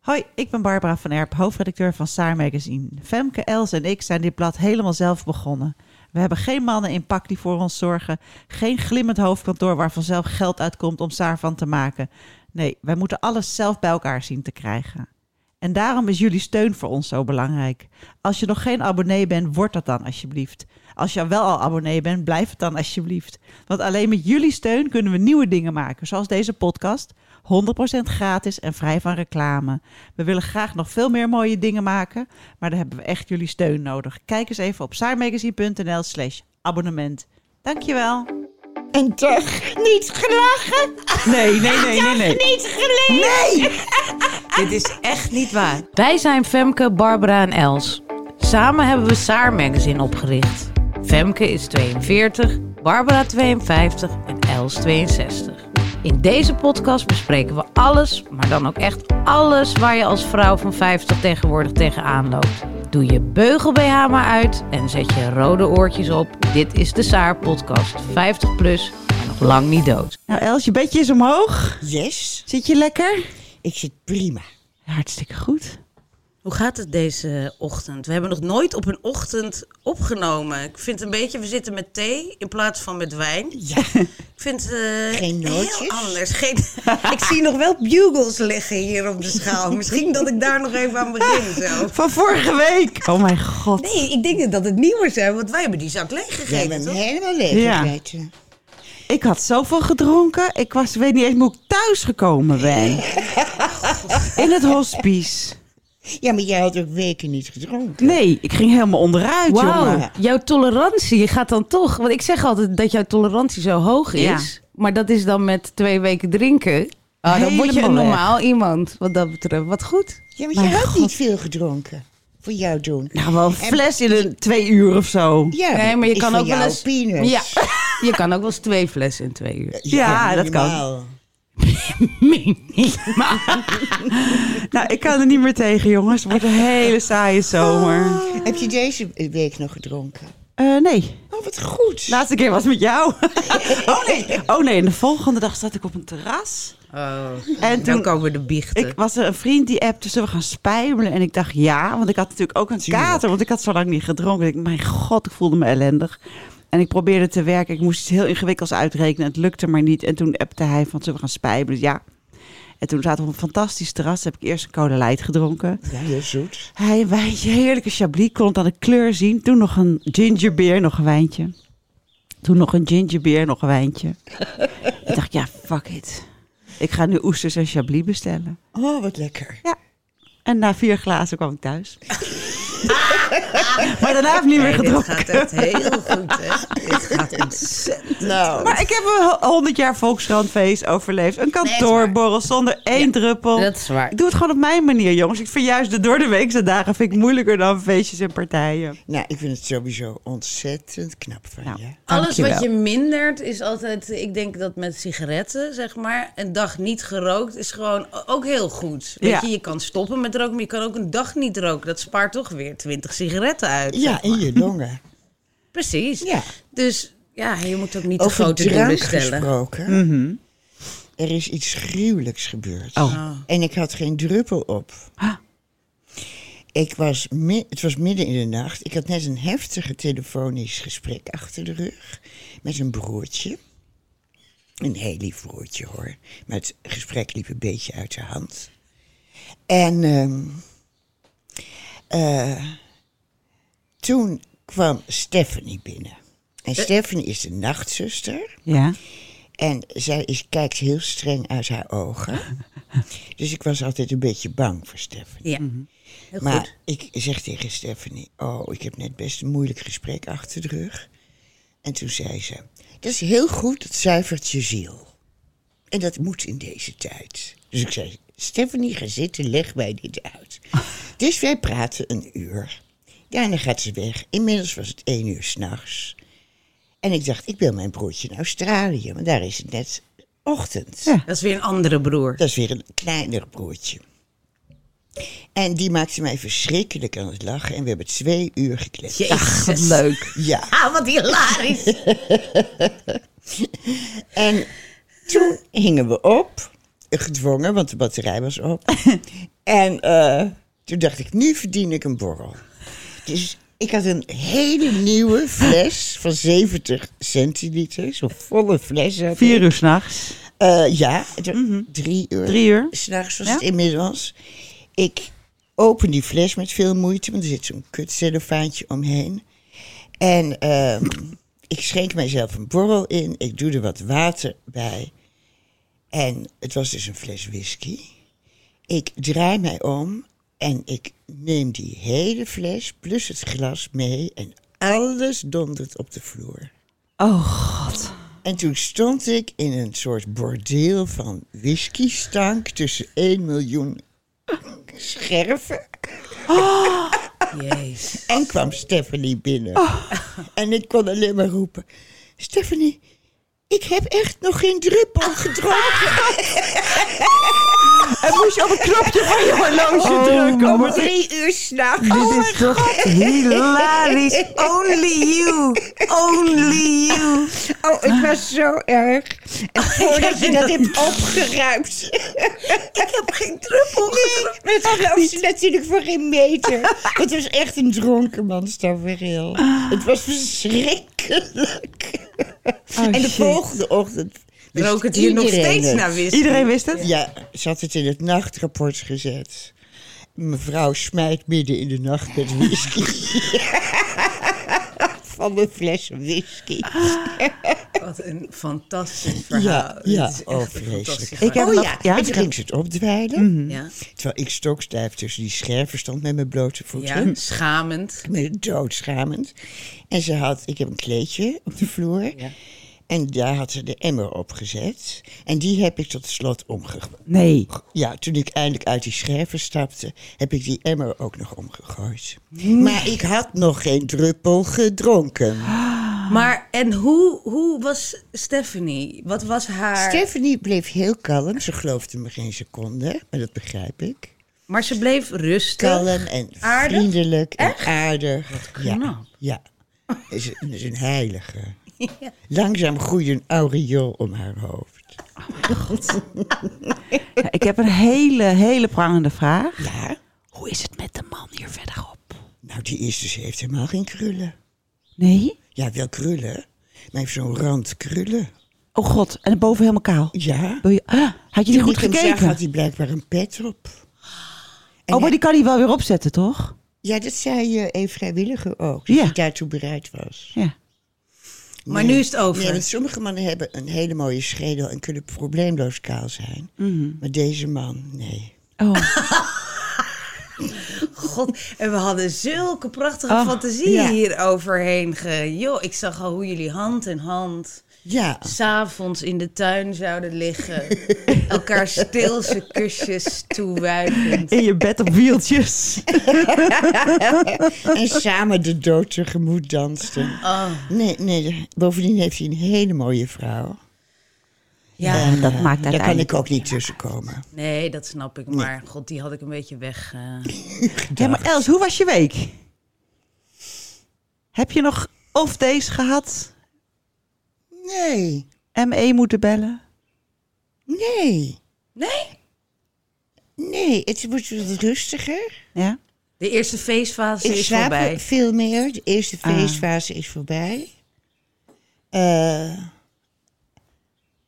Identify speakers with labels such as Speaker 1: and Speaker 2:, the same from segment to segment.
Speaker 1: Hoi, ik ben Barbara van Erp, hoofdredacteur van Saar Magazine. Femke, Els en ik zijn dit blad helemaal zelf begonnen. We hebben geen mannen in pak die voor ons zorgen. Geen glimmend hoofdkantoor waar vanzelf geld uitkomt om Saar van te maken. Nee, wij moeten alles zelf bij elkaar zien te krijgen. En daarom is jullie steun voor ons zo belangrijk. Als je nog geen abonnee bent, word dat dan alsjeblieft. Als je wel al abonnee bent, blijf het dan alsjeblieft. Want alleen met jullie steun kunnen we nieuwe dingen maken, zoals deze podcast. 100% gratis en vrij van reclame. We willen graag nog veel meer mooie dingen maken, maar daar hebben we echt jullie steun nodig. Kijk eens even op saarmagazine.nl slash abonnement. Dankjewel.
Speaker 2: En toch niet gelachen?
Speaker 1: Nee, nee, nee, nee, nee.
Speaker 2: Niet geleerd?
Speaker 3: Dit is echt niet waar.
Speaker 4: Wij zijn Femke, Barbara en Els. Samen hebben we Saar Magazine opgericht. Femke is 42, Barbara 52 en Els 62. In deze podcast bespreken we alles, maar dan ook echt alles waar je als vrouw van 50 tegenwoordig tegenaan loopt. Doe je beugel BH maar uit en zet je rode oortjes op. Dit is de Saar podcast 50 plus, maar nog lang niet dood.
Speaker 1: Nou Els, je bedje is omhoog.
Speaker 2: Yes,
Speaker 1: Zit je lekker?
Speaker 2: ik zit prima.
Speaker 1: Hartstikke goed.
Speaker 3: Hoe gaat het deze ochtend? We hebben nog nooit op een ochtend opgenomen. Ik vind een beetje, we zitten met thee in plaats van met wijn.
Speaker 2: Ja,
Speaker 3: Ik vind het eh,
Speaker 2: Geen
Speaker 3: heel
Speaker 2: nootjes?
Speaker 3: anders. Geen, ik zie nog wel bugles liggen hier op de schaal. Misschien dat ik daar nog even aan begin zo.
Speaker 1: Van vorige week. Oh mijn god.
Speaker 3: Nee, ik denk dat het nieuwer zijn, want wij hebben die zak
Speaker 2: jij
Speaker 3: leeggegeten,
Speaker 2: bent
Speaker 3: toch?
Speaker 2: helemaal leeg
Speaker 1: Ja.
Speaker 2: gegeten.
Speaker 1: Ik had zoveel gedronken. Ik was, weet niet eens hoe ik thuis gekomen ben. In het hospice.
Speaker 2: Ja, maar jij had ook weken niet gedronken.
Speaker 1: Nee, ik ging helemaal onderuit,
Speaker 4: Wauw,
Speaker 1: jongen.
Speaker 4: jouw tolerantie gaat dan toch. Want ik zeg altijd dat jouw tolerantie zo hoog is.
Speaker 1: Ja.
Speaker 4: Maar dat is dan met twee weken drinken. Ah, dan word je
Speaker 1: Helemaal
Speaker 4: een
Speaker 1: weg.
Speaker 4: normaal iemand wat dat betreft. Wat goed.
Speaker 2: Ja, maar
Speaker 1: Mijn
Speaker 2: je had
Speaker 1: God.
Speaker 2: niet veel gedronken. Voor jou doen.
Speaker 1: Nou, wel een
Speaker 2: En-
Speaker 1: fles in een twee uur of zo. Ja,
Speaker 2: Ja,
Speaker 4: nee, maar je
Speaker 2: is
Speaker 4: kan
Speaker 2: voor
Speaker 4: ook wel
Speaker 2: jou
Speaker 4: eens.
Speaker 2: peanuts.
Speaker 4: Ja, je kan ook wel eens twee flessen in twee uur.
Speaker 1: dat kan.
Speaker 2: normaal.
Speaker 1: Nou, ik kan er niet meer tegen, jongens. Het wordt een hele saaie zomer.
Speaker 2: Heb je deze week nog gedronken?
Speaker 1: Eh, nee,
Speaker 2: Oh, wat goed.
Speaker 4: Nou-
Speaker 1: laatste keer was met jou. Oh nee, oh nee. En de volgende dag zat ik op een terras.
Speaker 3: Oh,
Speaker 1: En
Speaker 3: dan
Speaker 1: toen
Speaker 3: komen de biechten.
Speaker 1: ik was er een vriend die appte, zullen we gaan spijbelen? En ik dacht ja, want ik had natuurlijk ook een kater, want ik had zo lang niet gedronken. Ik, mijn god, ik voelde me ellendig. En ik probeerde te werken, ik moest iets heel ingewikkelds uitrekenen. Het lukte maar niet. En toen appte hij van, zullen we gaan spijbelen? Ja. En toen zaten we op een fantastisch terras. Heb ik eerst een cola light gedronken.
Speaker 2: Ja, heel zoet.
Speaker 1: Hij een wijntje, heerlijke chablis. Kon het aan de kleur zien. Toen nog een gingerbeer, nog een wijntje. Toen nog een gingerbeer, nog een wijntje. ik dacht, ja, fuck it. Ik ga nu oesters en chablis bestellen.
Speaker 2: Oh, wat lekker.
Speaker 1: Ja. En na vier glazen kwam ik thuis. maar daarna heb ik niet meer
Speaker 3: Nee, dit gaat
Speaker 1: gedronken.
Speaker 3: echt heel goed, hè? dit gaat ontzettend.
Speaker 2: Nou,
Speaker 1: Maar ik heb een 100 jaar Volkskrantfeest overleefd. Een kantoorborrel zonder één druppel.
Speaker 4: dat is waar.
Speaker 1: Ik doe het gewoon op mijn manier, jongens. Ik vind juist de door de weekse dagen vind ik moeilijker dan feestjes en partijen.
Speaker 2: nou, ik vind het sowieso ontzettend knap van
Speaker 1: Nou.
Speaker 2: je.
Speaker 3: Alles
Speaker 1: Dankjewel.
Speaker 3: wat je mindert is altijd, ik denk dat met sigaretten, zeg maar, een dag niet gerookt is gewoon ook heel goed. Weet
Speaker 1: Ja.
Speaker 3: je, je kan stoppen met roken, maar je kan ook een dag niet roken. Dat spaart toch weer 20 sigaretten uit.
Speaker 2: Ja, in je longen.
Speaker 3: Precies.
Speaker 2: Ja.
Speaker 3: Dus ja, je moet ook niet te
Speaker 2: Over
Speaker 3: grote dingen
Speaker 2: drank
Speaker 3: bestellen.
Speaker 2: gesproken. Er is iets gruwelijks gebeurd.
Speaker 1: Mhm.
Speaker 2: Ah.
Speaker 1: Oh.
Speaker 2: En ik had geen druppel op.
Speaker 1: Ah.
Speaker 2: Ik was mi- het was midden in de nacht. Ik had net een heftige telefonisch gesprek achter de rug. Met een broertje. Een heel lief broertje hoor. Maar het gesprek liep een beetje uit de hand. En ehm, eh, toen kwam Stephanie binnen. En Stephanie is de nachtzuster.
Speaker 1: Ja.
Speaker 2: En zij is, kijkt heel streng uit haar ogen. dus ik was altijd een beetje bang voor Stephanie.
Speaker 3: Ja, heel
Speaker 2: maar
Speaker 3: goed.
Speaker 2: ik zeg tegen Stephanie: Oh, ik heb net best een moeilijk gesprek achter de rug. En toen zei ze: Dat is heel goed, dat zuivert je ziel. En dat moet in deze tijd. Dus ik zei: Stephanie, ga zitten, leg mij dit uit. dus wij praten een uur. Daarna gaat ze weg. Inmiddels was het één uur s'nachts. En ik dacht, ik wil mijn broertje in Australië, want daar is het net ochtend.
Speaker 1: Ja.
Speaker 3: Dat is weer een andere broer.
Speaker 2: Dat is weer een kleiner broertje. En die maakte mij verschrikkelijk aan het lachen en we hebben twee uur gekletst.
Speaker 3: Jezus.
Speaker 1: Wat leuk.
Speaker 2: Ja.
Speaker 3: Ah, wat hilarisch.
Speaker 2: En toen hingen we op gedwongen, want de batterij was op. en eh, toen dacht ik, nu verdien ik een borrel. Dus ik had een hele nieuwe fles van 70 centiliter. Zo'n volle fles. had ik.
Speaker 1: Vier uur s'nachts.
Speaker 2: Eh, ja, d- drie uur.
Speaker 1: Mhm. Drie uur.
Speaker 2: S'nachts was
Speaker 1: Ja?
Speaker 2: het inmiddels. Ik open die fles met veel moeite, want er zit zo'n kutcellofaantje omheen. En ehm, ik schenk mijzelf een borrel in. Ik doe er wat water bij. En het was dus een fles whisky. Ik draai mij om en ik neem die hele fles plus het glas mee. En alles dondert op de vloer.
Speaker 1: Oh god.
Speaker 2: En toen stond ik in een soort bordeel van whiskystank tussen 1 miljoen scherven.
Speaker 3: Jezus.
Speaker 2: En kwam Stephanie binnen. En ik kon alleen maar roepen: Stephanie, ik heb echt nog geen druppel gedronken.
Speaker 1: En moest je op een knopje van je horloge
Speaker 3: Oh,
Speaker 1: drukken. om
Speaker 2: Om
Speaker 1: het- Oh
Speaker 2: drie uur s'nachts.
Speaker 1: Dit is toch hilarisch.
Speaker 3: Only you. Only you.
Speaker 2: Oh,
Speaker 3: Ah.
Speaker 2: het was zo erg. En
Speaker 3: Oh,
Speaker 2: voordat je dat hebt opgeruimd.
Speaker 3: Ik heb geen druppel gedronken.
Speaker 2: Maar dat geloof ze natuurlijk voor geen meter. Het was echt een dronkenmans tafereel.
Speaker 3: Ah.
Speaker 2: Het was verschrikkelijk.
Speaker 3: Oh,
Speaker 2: en de volgende ochtend... wist
Speaker 3: Rook het hier nog
Speaker 2: iedereen
Speaker 3: steeds
Speaker 2: het.
Speaker 3: naar whisky.
Speaker 1: Iedereen wist het?
Speaker 2: Ja, ze had het in het nachtrapport gezet. Mevrouw smijt midden in de nacht met whisky. Van een fles whisky.
Speaker 3: Ah. Wat een fantastisch verhaal.
Speaker 2: Ja, ja.
Speaker 3: Dit is echt
Speaker 2: Oh,
Speaker 3: een
Speaker 2: vreselijk.
Speaker 3: fantastisch
Speaker 1: Ik heb
Speaker 2: oh
Speaker 1: nog-
Speaker 2: ja, Mhm.
Speaker 1: ja,
Speaker 2: en
Speaker 1: ik
Speaker 2: toen
Speaker 1: heb-
Speaker 2: ging ze het opdwijlen.
Speaker 3: Ja.
Speaker 2: Terwijl ik stokstijf tussen die scherven stond met mijn blote voeten.
Speaker 3: ja, schamend.
Speaker 2: me doodschamend. En ze had, ik heb een kleedje op de vloer. En daar had ze de emmer op gezet. En die heb ik tot slot omgegooid.
Speaker 1: Nee.
Speaker 2: Ja, toen ik eindelijk uit die scherven stapte, heb ik die emmer ook nog omgegooid.
Speaker 3: Mm.
Speaker 2: Maar ik had nog geen druppel gedronken. Ah.
Speaker 3: Maar en hoe, hoe was Stephanie? Wat was haar...
Speaker 2: Stephanie bleef heel kalm. Ze geloofde me geen seconde, maar dat begrijp ik.
Speaker 3: maar ze bleef rustig.
Speaker 2: Kalm en
Speaker 3: Aardig?
Speaker 2: vriendelijk en aardig. ja,
Speaker 3: knap.
Speaker 2: ja. Is, een- is een heilige. Langzaam groeide een aureool om haar hoofd.
Speaker 1: Ja, Ik heb een hele, hele prangende vraag.
Speaker 2: Ja,
Speaker 1: Hoe is het met de man hier verderop?
Speaker 2: nou die is dus, heeft helemaal geen krullen.
Speaker 1: Nee?
Speaker 2: Ja, wel krullen, maar hij heeft zo'n rand krullen.
Speaker 1: Oh god, en boven helemaal kaal.
Speaker 2: Ja.
Speaker 1: Wil je- Ah, had je die
Speaker 2: Toen
Speaker 1: goed
Speaker 2: ik hem zag,
Speaker 1: gekeken?
Speaker 2: had hij blijkbaar een pet op. En
Speaker 1: Oh, maar
Speaker 2: hij-
Speaker 1: die kan hij wel weer opzetten, toch?
Speaker 2: Ja, dat zei je een vrijwilliger ook, dat
Speaker 1: Ja.
Speaker 2: hij daartoe bereid was.
Speaker 1: Ja.
Speaker 3: Maar nu is het over.
Speaker 2: Nee, want sommige mannen hebben een hele mooie schedel en kunnen probleemloos kaal zijn. Maar deze man, nee.
Speaker 1: Oh,
Speaker 3: God, en we hadden zulke prachtige
Speaker 1: Ah,
Speaker 3: fantasieën
Speaker 2: ja.
Speaker 3: hier overheen. Ge... Joh, ik zag al hoe jullie hand in hand
Speaker 2: Ja,
Speaker 3: s'avonds in de tuin zouden liggen. Elkaar stilse kusjes toewijkend.
Speaker 1: in je bed op wieltjes.
Speaker 2: en samen de dood tegemoet dansten.
Speaker 3: Ah,
Speaker 2: Nee, nee, bovendien heeft hij een hele mooie vrouw.
Speaker 3: Ja,
Speaker 1: En dat maakt
Speaker 2: Daar kan
Speaker 1: uiteindelijk...
Speaker 2: ik ook niet tussenkomen.
Speaker 3: nee, dat snap ik. Maar god, die had ik een beetje weg. eh.
Speaker 1: Ja, maar Els, hoe was je week? Heb je nog of deze gehad?
Speaker 2: Nee,
Speaker 1: ME moeten bellen?
Speaker 2: nee,
Speaker 3: Nee?
Speaker 2: nee. Het wordt wat rustiger.
Speaker 1: Ja?
Speaker 3: De eerste feestfase
Speaker 2: Ik
Speaker 3: is
Speaker 2: slaap
Speaker 3: voorbij. Ah.
Speaker 2: veel meer. De eerste feestfase is voorbij. Eh,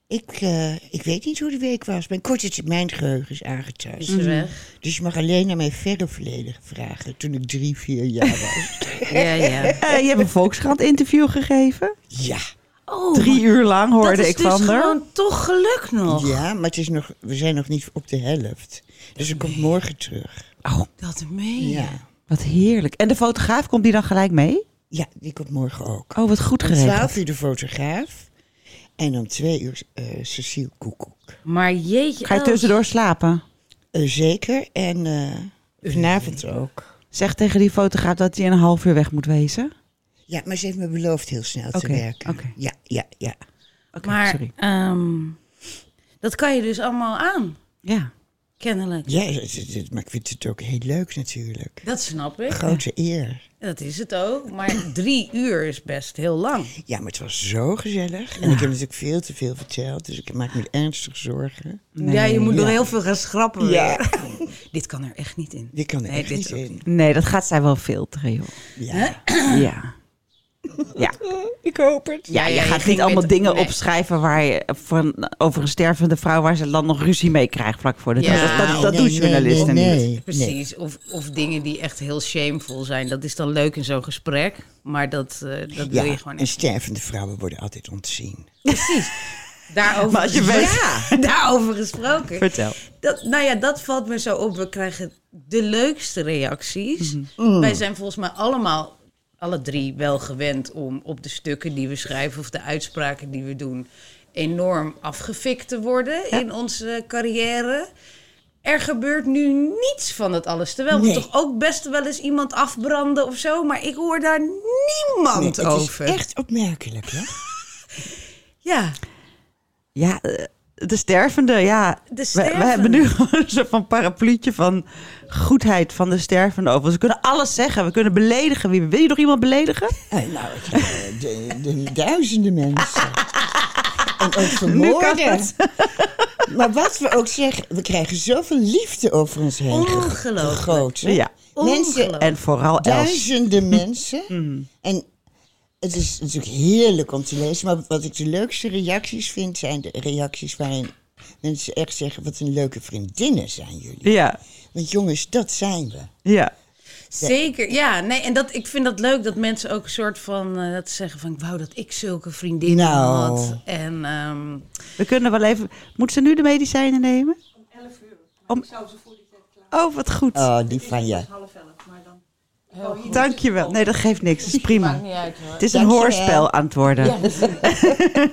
Speaker 2: ik, eh, ik weet niet hoe de week was. Mijn korte termijn geheugen is aangetast.
Speaker 3: Is er weg.
Speaker 2: Dus je mag alleen naar mijn verre verleden vragen. Toen ik drie, vier jaar was.
Speaker 3: Ja, ja.
Speaker 1: Eh, je hebt een Volkskrant interview gegeven.
Speaker 2: ja.
Speaker 3: Oh,
Speaker 1: Drie uur lang hoorde
Speaker 3: dat is
Speaker 1: ik
Speaker 3: dus
Speaker 1: van haar.
Speaker 3: gewoon toch geluk nog.
Speaker 2: ja, maar het is nog, we zijn nog niet op de helft. Dus ik kom morgen terug.
Speaker 1: Oh,
Speaker 3: Dat meen je.
Speaker 2: Ja.
Speaker 1: wat heerlijk. En de fotograaf, komt die dan gelijk mee?
Speaker 2: Ja, die komt morgen ook.
Speaker 1: Oh, wat goed
Speaker 2: Om
Speaker 1: geregeld.
Speaker 2: 12 uur de fotograaf. En om twee uur eh Cecile Koekoek.
Speaker 3: Maar jeetje. oh.
Speaker 1: Ga je
Speaker 3: Els.
Speaker 1: tussendoor slapen?
Speaker 2: Eh, zeker. En eh, vanavond ook.
Speaker 1: Zeg tegen die fotograaf dat hij in een half uur weg moet wezen.
Speaker 2: Ja, maar ze heeft me beloofd heel snel
Speaker 1: Oké,
Speaker 2: te werken.
Speaker 1: oké.
Speaker 2: Ja, ja, ja.
Speaker 1: Oké,
Speaker 3: maar
Speaker 1: sorry.
Speaker 3: ehm, dat kan je dus allemaal aan.
Speaker 1: Ja.
Speaker 3: Kennelijk.
Speaker 2: Ja, het- het- het- maar ik vind het ook heel leuk natuurlijk.
Speaker 3: Dat snap ik.
Speaker 2: Grote eer.
Speaker 3: Dat is het ook. Maar drie uur is best heel lang.
Speaker 2: Ja, maar het was zo gezellig. En ik heb natuurlijk veel te veel verteld, dus ik maak me ernstig zorgen.
Speaker 3: ja, je moet nog heel veel gaan schrappen
Speaker 2: Ja.
Speaker 3: weer. Dit kan er echt niet in.
Speaker 2: Die kan er
Speaker 3: Nee,
Speaker 2: echt
Speaker 3: dit
Speaker 2: niet
Speaker 3: ook
Speaker 2: in.
Speaker 1: Nee, dat gaat zij wel filteren, joh.
Speaker 2: Ja.
Speaker 1: Ja. Ja,
Speaker 2: Ik hoop het.
Speaker 1: ja,
Speaker 3: ja,
Speaker 1: je
Speaker 3: je
Speaker 1: gaat
Speaker 3: ging
Speaker 1: niet
Speaker 3: met-
Speaker 1: allemaal dingen
Speaker 3: nee.
Speaker 1: opschrijven waar je, van, over een stervende vrouw waar ze dan nog ruzie mee krijgt vlak voor de
Speaker 3: Ja.
Speaker 1: dood. Dat, dat, dat
Speaker 2: Ah, Nee,
Speaker 1: doen
Speaker 2: nee,
Speaker 1: journalisten
Speaker 2: nee,
Speaker 1: niet.
Speaker 2: nee, nee.
Speaker 3: Precies. Of, of dingen die echt heel shameful zijn. Dat is dan leuk in zo'n gesprek. Maar dat, eh, dat wil je
Speaker 2: Ja,
Speaker 3: gewoon
Speaker 2: en
Speaker 3: echt.
Speaker 2: stervende vrouwen worden altijd ontzien.
Speaker 3: Daarover,
Speaker 1: Maar als je weet-
Speaker 3: ja, daarover gesproken.
Speaker 1: Vertel.
Speaker 3: Dat, nou ja, dat valt me zo op. We krijgen de leukste reacties.
Speaker 2: Mm.
Speaker 3: Wij zijn volgens mij allemaal, alle drie, wel gewend om op de stukken die we schrijven of de uitspraken die we doen, enorm afgefikt te worden in onze carrière. Er gebeurt nu niets van dat alles. Terwijl
Speaker 2: Nee.
Speaker 3: we toch ook best wel eens iemand afbranden of zo. Maar ik hoor daar
Speaker 2: Nee,
Speaker 3: niemand
Speaker 2: het is
Speaker 3: over.
Speaker 2: echt opmerkelijk, hè?
Speaker 3: Ja,
Speaker 1: Ja, eh, de stervende, ja.
Speaker 3: De
Speaker 1: We, we
Speaker 3: stervende.
Speaker 1: hebben nu gewoon een soort van parapluutje van goedheid van de stervende over. Ze kunnen alles zeggen. We kunnen beledigen. Wie, wil je nog iemand beledigen?
Speaker 2: Eh, nou, ik, eh, de, de duizenden mensen. en ook
Speaker 1: Nu kan
Speaker 2: vermoorden. maar wat we ook zeggen, we krijgen zoveel liefde over ons heen ge-
Speaker 3: Ongelooflijk.
Speaker 2: gegoten.
Speaker 1: Ja.
Speaker 2: Mensen,
Speaker 3: Ongelooflijk.
Speaker 1: En vooral Els.
Speaker 2: duizenden mensen. En het is natuurlijk heerlijk om te lezen. Maar wat ik de leukste reacties vind, zijn de reacties waarin mensen echt zeggen... wat een leuke vriendinnen zijn jullie.
Speaker 1: Ja,
Speaker 2: Want jongens, dat zijn we.
Speaker 1: ja.
Speaker 3: Zeker, ja. Nee, en dat, ik vind dat leuk dat mensen ook een soort van... eh, dat ze zeggen van, ik wou dat ik zulke vriendinnen
Speaker 2: Nou.
Speaker 3: had. En ehm,
Speaker 1: We kunnen wel even... Moet ze nu de medicijnen nemen? Om 11 uur. Oh, wat goed.
Speaker 2: Oh, die van je.
Speaker 3: Oh,
Speaker 1: Dankjewel. Nee, dat geeft niks. Dat is prima. Het is een
Speaker 2: Dankjewel.
Speaker 1: hoorspel aan het worden.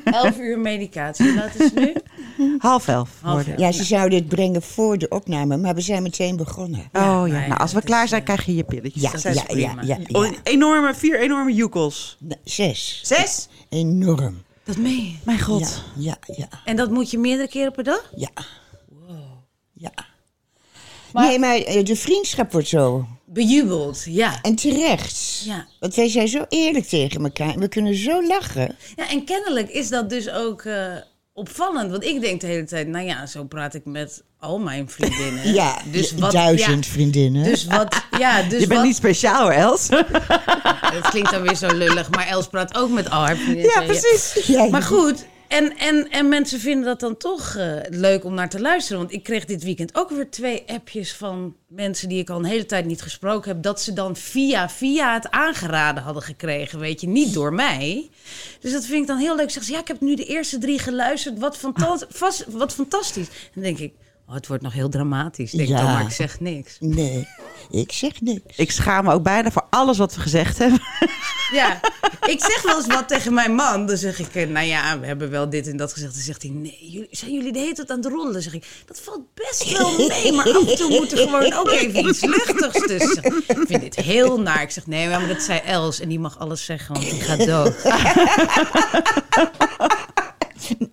Speaker 3: elf uur medicatie, dat is nu.
Speaker 1: Half elf worden.
Speaker 2: Ja, ze zouden het brengen voor de opname, maar we zijn meteen begonnen.
Speaker 1: oh ja,
Speaker 3: nee,
Speaker 1: nou, als we
Speaker 3: dat
Speaker 1: klaar
Speaker 3: is,
Speaker 1: zijn,
Speaker 3: eh,
Speaker 1: krijg je je pilletjes.
Speaker 2: Ja,
Speaker 1: Dat
Speaker 2: ja,
Speaker 1: zijn
Speaker 2: ja,
Speaker 1: ze.
Speaker 2: ja, ja,
Speaker 1: Oh, enorme, vier enorme joekels.
Speaker 2: Nou, Zes.
Speaker 1: Zes?
Speaker 2: Enorm.
Speaker 3: Dat meen je.
Speaker 1: Mijn god.
Speaker 2: Ja, ja, ja,
Speaker 3: En dat moet je meerdere keren per dag?
Speaker 2: ja. Ja. nee, maar eh, de vriendschap wordt zo.
Speaker 3: Bejubeld, ja.
Speaker 2: En terecht.
Speaker 3: Ja.
Speaker 2: Want wij zijn zo eerlijk tegen elkaar. en We kunnen zo lachen.
Speaker 3: ja. En kennelijk is dat dus ook eh, opvallend. Want ik denk de hele tijd, nou ja, zo praat ik met al mijn vriendinnen.
Speaker 2: Ja,
Speaker 3: dus
Speaker 2: d-
Speaker 3: wat,
Speaker 2: duizend
Speaker 3: ja,
Speaker 2: vriendinnen.
Speaker 3: dus wat, ja, dus
Speaker 1: Je bent
Speaker 3: wat,
Speaker 1: niet speciaal hoor, Els.
Speaker 3: Het klinkt dan weer zo lullig, maar Els praat ook met al haar vriendinnen.
Speaker 1: Ja, precies.
Speaker 2: Ja,
Speaker 3: Maar goed, en, en, en mensen vinden dat dan toch eh, leuk om naar te luisteren. Want ik kreeg dit weekend ook weer twee appjes van mensen die ik al een hele tijd niet gesproken heb. Dat ze dan via via het aangeraden hadden gekregen, weet je, niet door mij. Dus dat vind ik dan heel leuk. Zeggen ze, ja, ik heb nu de eerste drie geluisterd. Wat, fanta- vas- wat fantastisch. Dan denk ik, oh, het wordt nog heel dramatisch. Denk ik
Speaker 2: Ja.
Speaker 3: dan, maar ik zeg niks.
Speaker 2: Nee, ik zeg niks.
Speaker 1: Ik schaam me ook bijna voor alles wat we gezegd hebben.
Speaker 3: Ja, ik zeg wel eens wat tegen mijn man. Dan zeg ik, eh, nou ja, we hebben wel dit en dat gezegd. Dan zegt hij, nee, jullie, zijn jullie de hele tijd aan het roddelen? Dan zeg ik, dat valt best wel mee. Maar af en toe moet er gewoon ook even iets luchtigs tussen. Ik vind dit heel naar. Ik zeg, nee, maar dat zei Els. En die mag alles zeggen, want die gaat dood.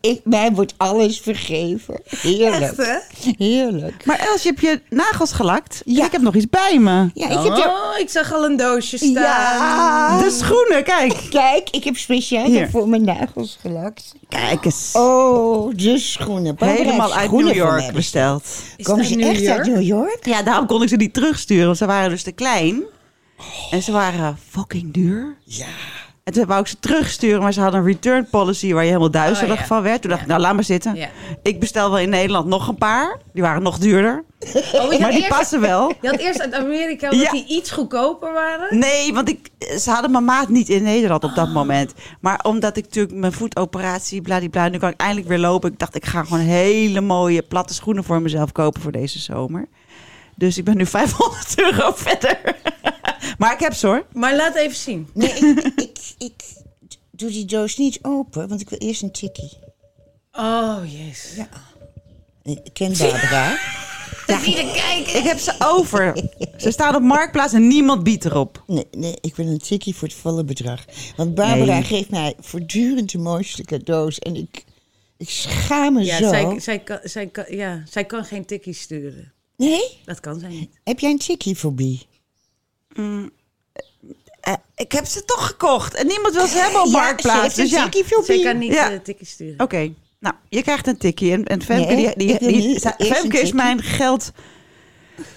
Speaker 2: Ik, mij wordt alles vergeven. Heerlijk.
Speaker 3: Echt, hè?
Speaker 2: Heerlijk.
Speaker 1: Maar Els, je hebt je nagels gelakt.
Speaker 2: Ja.
Speaker 1: En ik heb nog iets bij me.
Speaker 2: Ja, ik heb jou...
Speaker 3: Oh, ik zag al een doosje staan.
Speaker 2: Ja. Dus
Speaker 1: De schoenen, kijk.
Speaker 2: Kijk, ik heb speciaal
Speaker 1: Hier.
Speaker 2: daarvoor mijn nagels gelakt.
Speaker 1: Kijk eens.
Speaker 2: Oh, de schoenen. Barbara heeft
Speaker 1: Helemaal uit
Speaker 2: schoenen
Speaker 1: New
Speaker 2: voor
Speaker 1: York
Speaker 2: mij.
Speaker 1: besteld.
Speaker 3: Is
Speaker 2: Komen
Speaker 3: dat
Speaker 2: ze
Speaker 3: New
Speaker 2: echt
Speaker 3: York?
Speaker 2: uit New York?
Speaker 1: Ja, daarom kon ik ze niet terugsturen, want ze waren dus te klein. En ze waren fucking duur.
Speaker 2: Ja.
Speaker 1: En toen wou ik ze terugsturen, maar ze hadden een return policy waar je helemaal duizelig
Speaker 3: Oh, ja.
Speaker 1: van werd. Toen dacht ik,
Speaker 3: Ja.
Speaker 1: nou laat maar zitten.
Speaker 3: Ja.
Speaker 1: Ik bestel wel in Nederland nog een paar. Die waren nog duurder.
Speaker 3: Oh, je,
Speaker 1: Maar
Speaker 3: had
Speaker 1: die
Speaker 3: eerst,
Speaker 1: passen wel.
Speaker 3: je had eerst uit Amerika, omdat
Speaker 1: Ja.
Speaker 3: die iets goedkoper waren.
Speaker 1: Nee, want ik, ze hadden mijn maat niet in Nederland op dat moment. Maar omdat ik natuurlijk mijn voetoperatie, bladibla, nu kan ik eindelijk weer lopen. Ik dacht, ik ga gewoon hele mooie platte schoenen voor mezelf kopen voor deze zomer. Dus ik ben nu 500 euro verder. maar ik heb ze hoor.
Speaker 3: Maar laat even zien.
Speaker 2: Nee, ik, ik, ik doe die doos niet open, want ik wil eerst een tikkie.
Speaker 3: Oh, jezus.
Speaker 2: Ja. Ik ken Barbara.
Speaker 3: Zie je, kijk.
Speaker 1: Ik heb ze over. Ze staan op Marktplaats en niemand biedt erop.
Speaker 2: Nee, nee, ik wil een tikkie voor het volle bedrag. Want Barbara
Speaker 1: Nee.
Speaker 2: geeft mij voortdurend de mooiste cadeaus. En ik, Ik schaam me
Speaker 3: Ja,
Speaker 2: zo.
Speaker 3: zij, zij, kan, zij, kan, ja, zij kan geen tikkies sturen.
Speaker 2: Nee?
Speaker 3: Dat kan zij niet.
Speaker 2: Heb jij een tikkiefobie?
Speaker 1: Eh, ik heb ze toch gekocht en niemand wil ze hebben op
Speaker 2: Ja, ze
Speaker 1: marktplaats.
Speaker 2: heeft
Speaker 1: Dus
Speaker 2: een
Speaker 1: ja. Oké,
Speaker 2: tikkiefobie.
Speaker 3: Zij kan niet
Speaker 1: Ja.
Speaker 3: eh, tikkies sturen.
Speaker 1: nou, je krijgt een tikkie. En, en Femke,
Speaker 2: Nee,
Speaker 1: die, die,
Speaker 2: ik wil
Speaker 1: die-
Speaker 2: niet.
Speaker 1: Sa-
Speaker 2: Eerst een
Speaker 1: Femke is
Speaker 2: tikkie.
Speaker 1: mijn geld...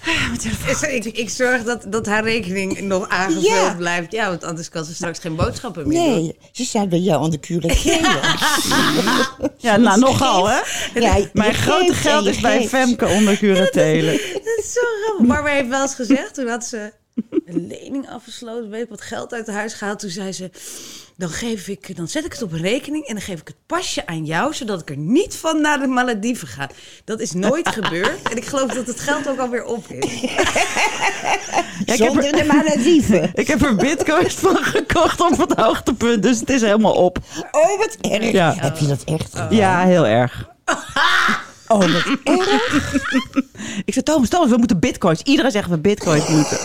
Speaker 1: Ah, mijn telefoon.
Speaker 3: Dus ik, ik zorg dat, dat haar rekening nog aangevuld
Speaker 2: Ja.
Speaker 3: blijft. Ja, want anders kan ze straks geen boodschappen meer doen.
Speaker 2: Nee, ze staat bij jou onder curatelen.
Speaker 1: Ja, nou, nogal hè.
Speaker 2: Ja, je
Speaker 1: Mijn
Speaker 2: geeft
Speaker 1: grote
Speaker 2: en
Speaker 1: geld
Speaker 2: je
Speaker 1: is bij
Speaker 2: geeft.
Speaker 1: Femke onder curatelen.
Speaker 3: Dat is zo grappig. Barbara heeft wel eens gezegd, toen had ze een lening afgesloten, weet ik wat geld uit het huis gehaald. Toen zei ze, dan, geef ik, dan zet ik het op een rekening en dan geef ik het pasje aan jou, zodat ik er niet van naar de Malediven ga. Dat is nooit gebeurd. En ik geloof dat het geld ook alweer op is.
Speaker 1: Ja, ik, heb
Speaker 2: Zonder
Speaker 1: er,
Speaker 2: de Malediven.
Speaker 1: ik heb er bitcoins van gekocht op het hoogtepunt, dus het is helemaal op.
Speaker 2: Oh, wat erg.
Speaker 1: Ja.
Speaker 2: Heb je dat echt gedaan?
Speaker 1: Ja, heel erg.
Speaker 2: Oh, wat erg.
Speaker 1: Ik zei, Thomas, Thomas, we moeten bitcoins. Iedereen zegt we bitcoins moeten.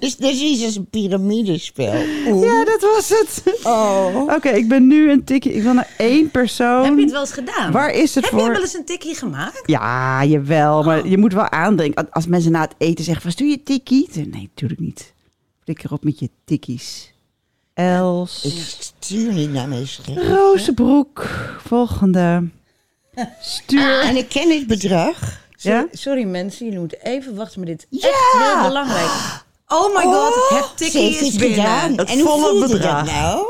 Speaker 2: Dus dat is iets als een piramidespel. Oeh.
Speaker 1: Ja, dat was het.
Speaker 2: Oh.
Speaker 1: Oké, ik ben nu een tikje. Ik wil naar één persoon.
Speaker 3: Heb je het wel eens gedaan?
Speaker 1: Waar is het
Speaker 3: Heb
Speaker 1: voor?
Speaker 3: je wel eens een tikkie gemaakt?
Speaker 1: Ja, jawel. Maar je moet wel aandrinken. Als mensen na het eten zeggen, was doe je tikkie? Dan, Nee, natuurlijk niet. Flikker erop met je tikkies. Els.
Speaker 2: Ik stuur niet naar mijn schrift.
Speaker 1: Rozenbroek. Volgende. Stuur.
Speaker 2: En ik ken het bedrag.
Speaker 1: Ja?
Speaker 3: Sorry mensen, jullie moeten even wachten met dit.
Speaker 2: Ja!
Speaker 3: Echt heel belangrijk. Oh my god, het
Speaker 2: Ze
Speaker 3: tikkie
Speaker 2: heeft
Speaker 3: is
Speaker 2: het
Speaker 3: binnen.
Speaker 2: gedaan.
Speaker 1: Het
Speaker 2: en hoe
Speaker 1: volle
Speaker 2: voelde
Speaker 1: bedrag.
Speaker 2: dat nou?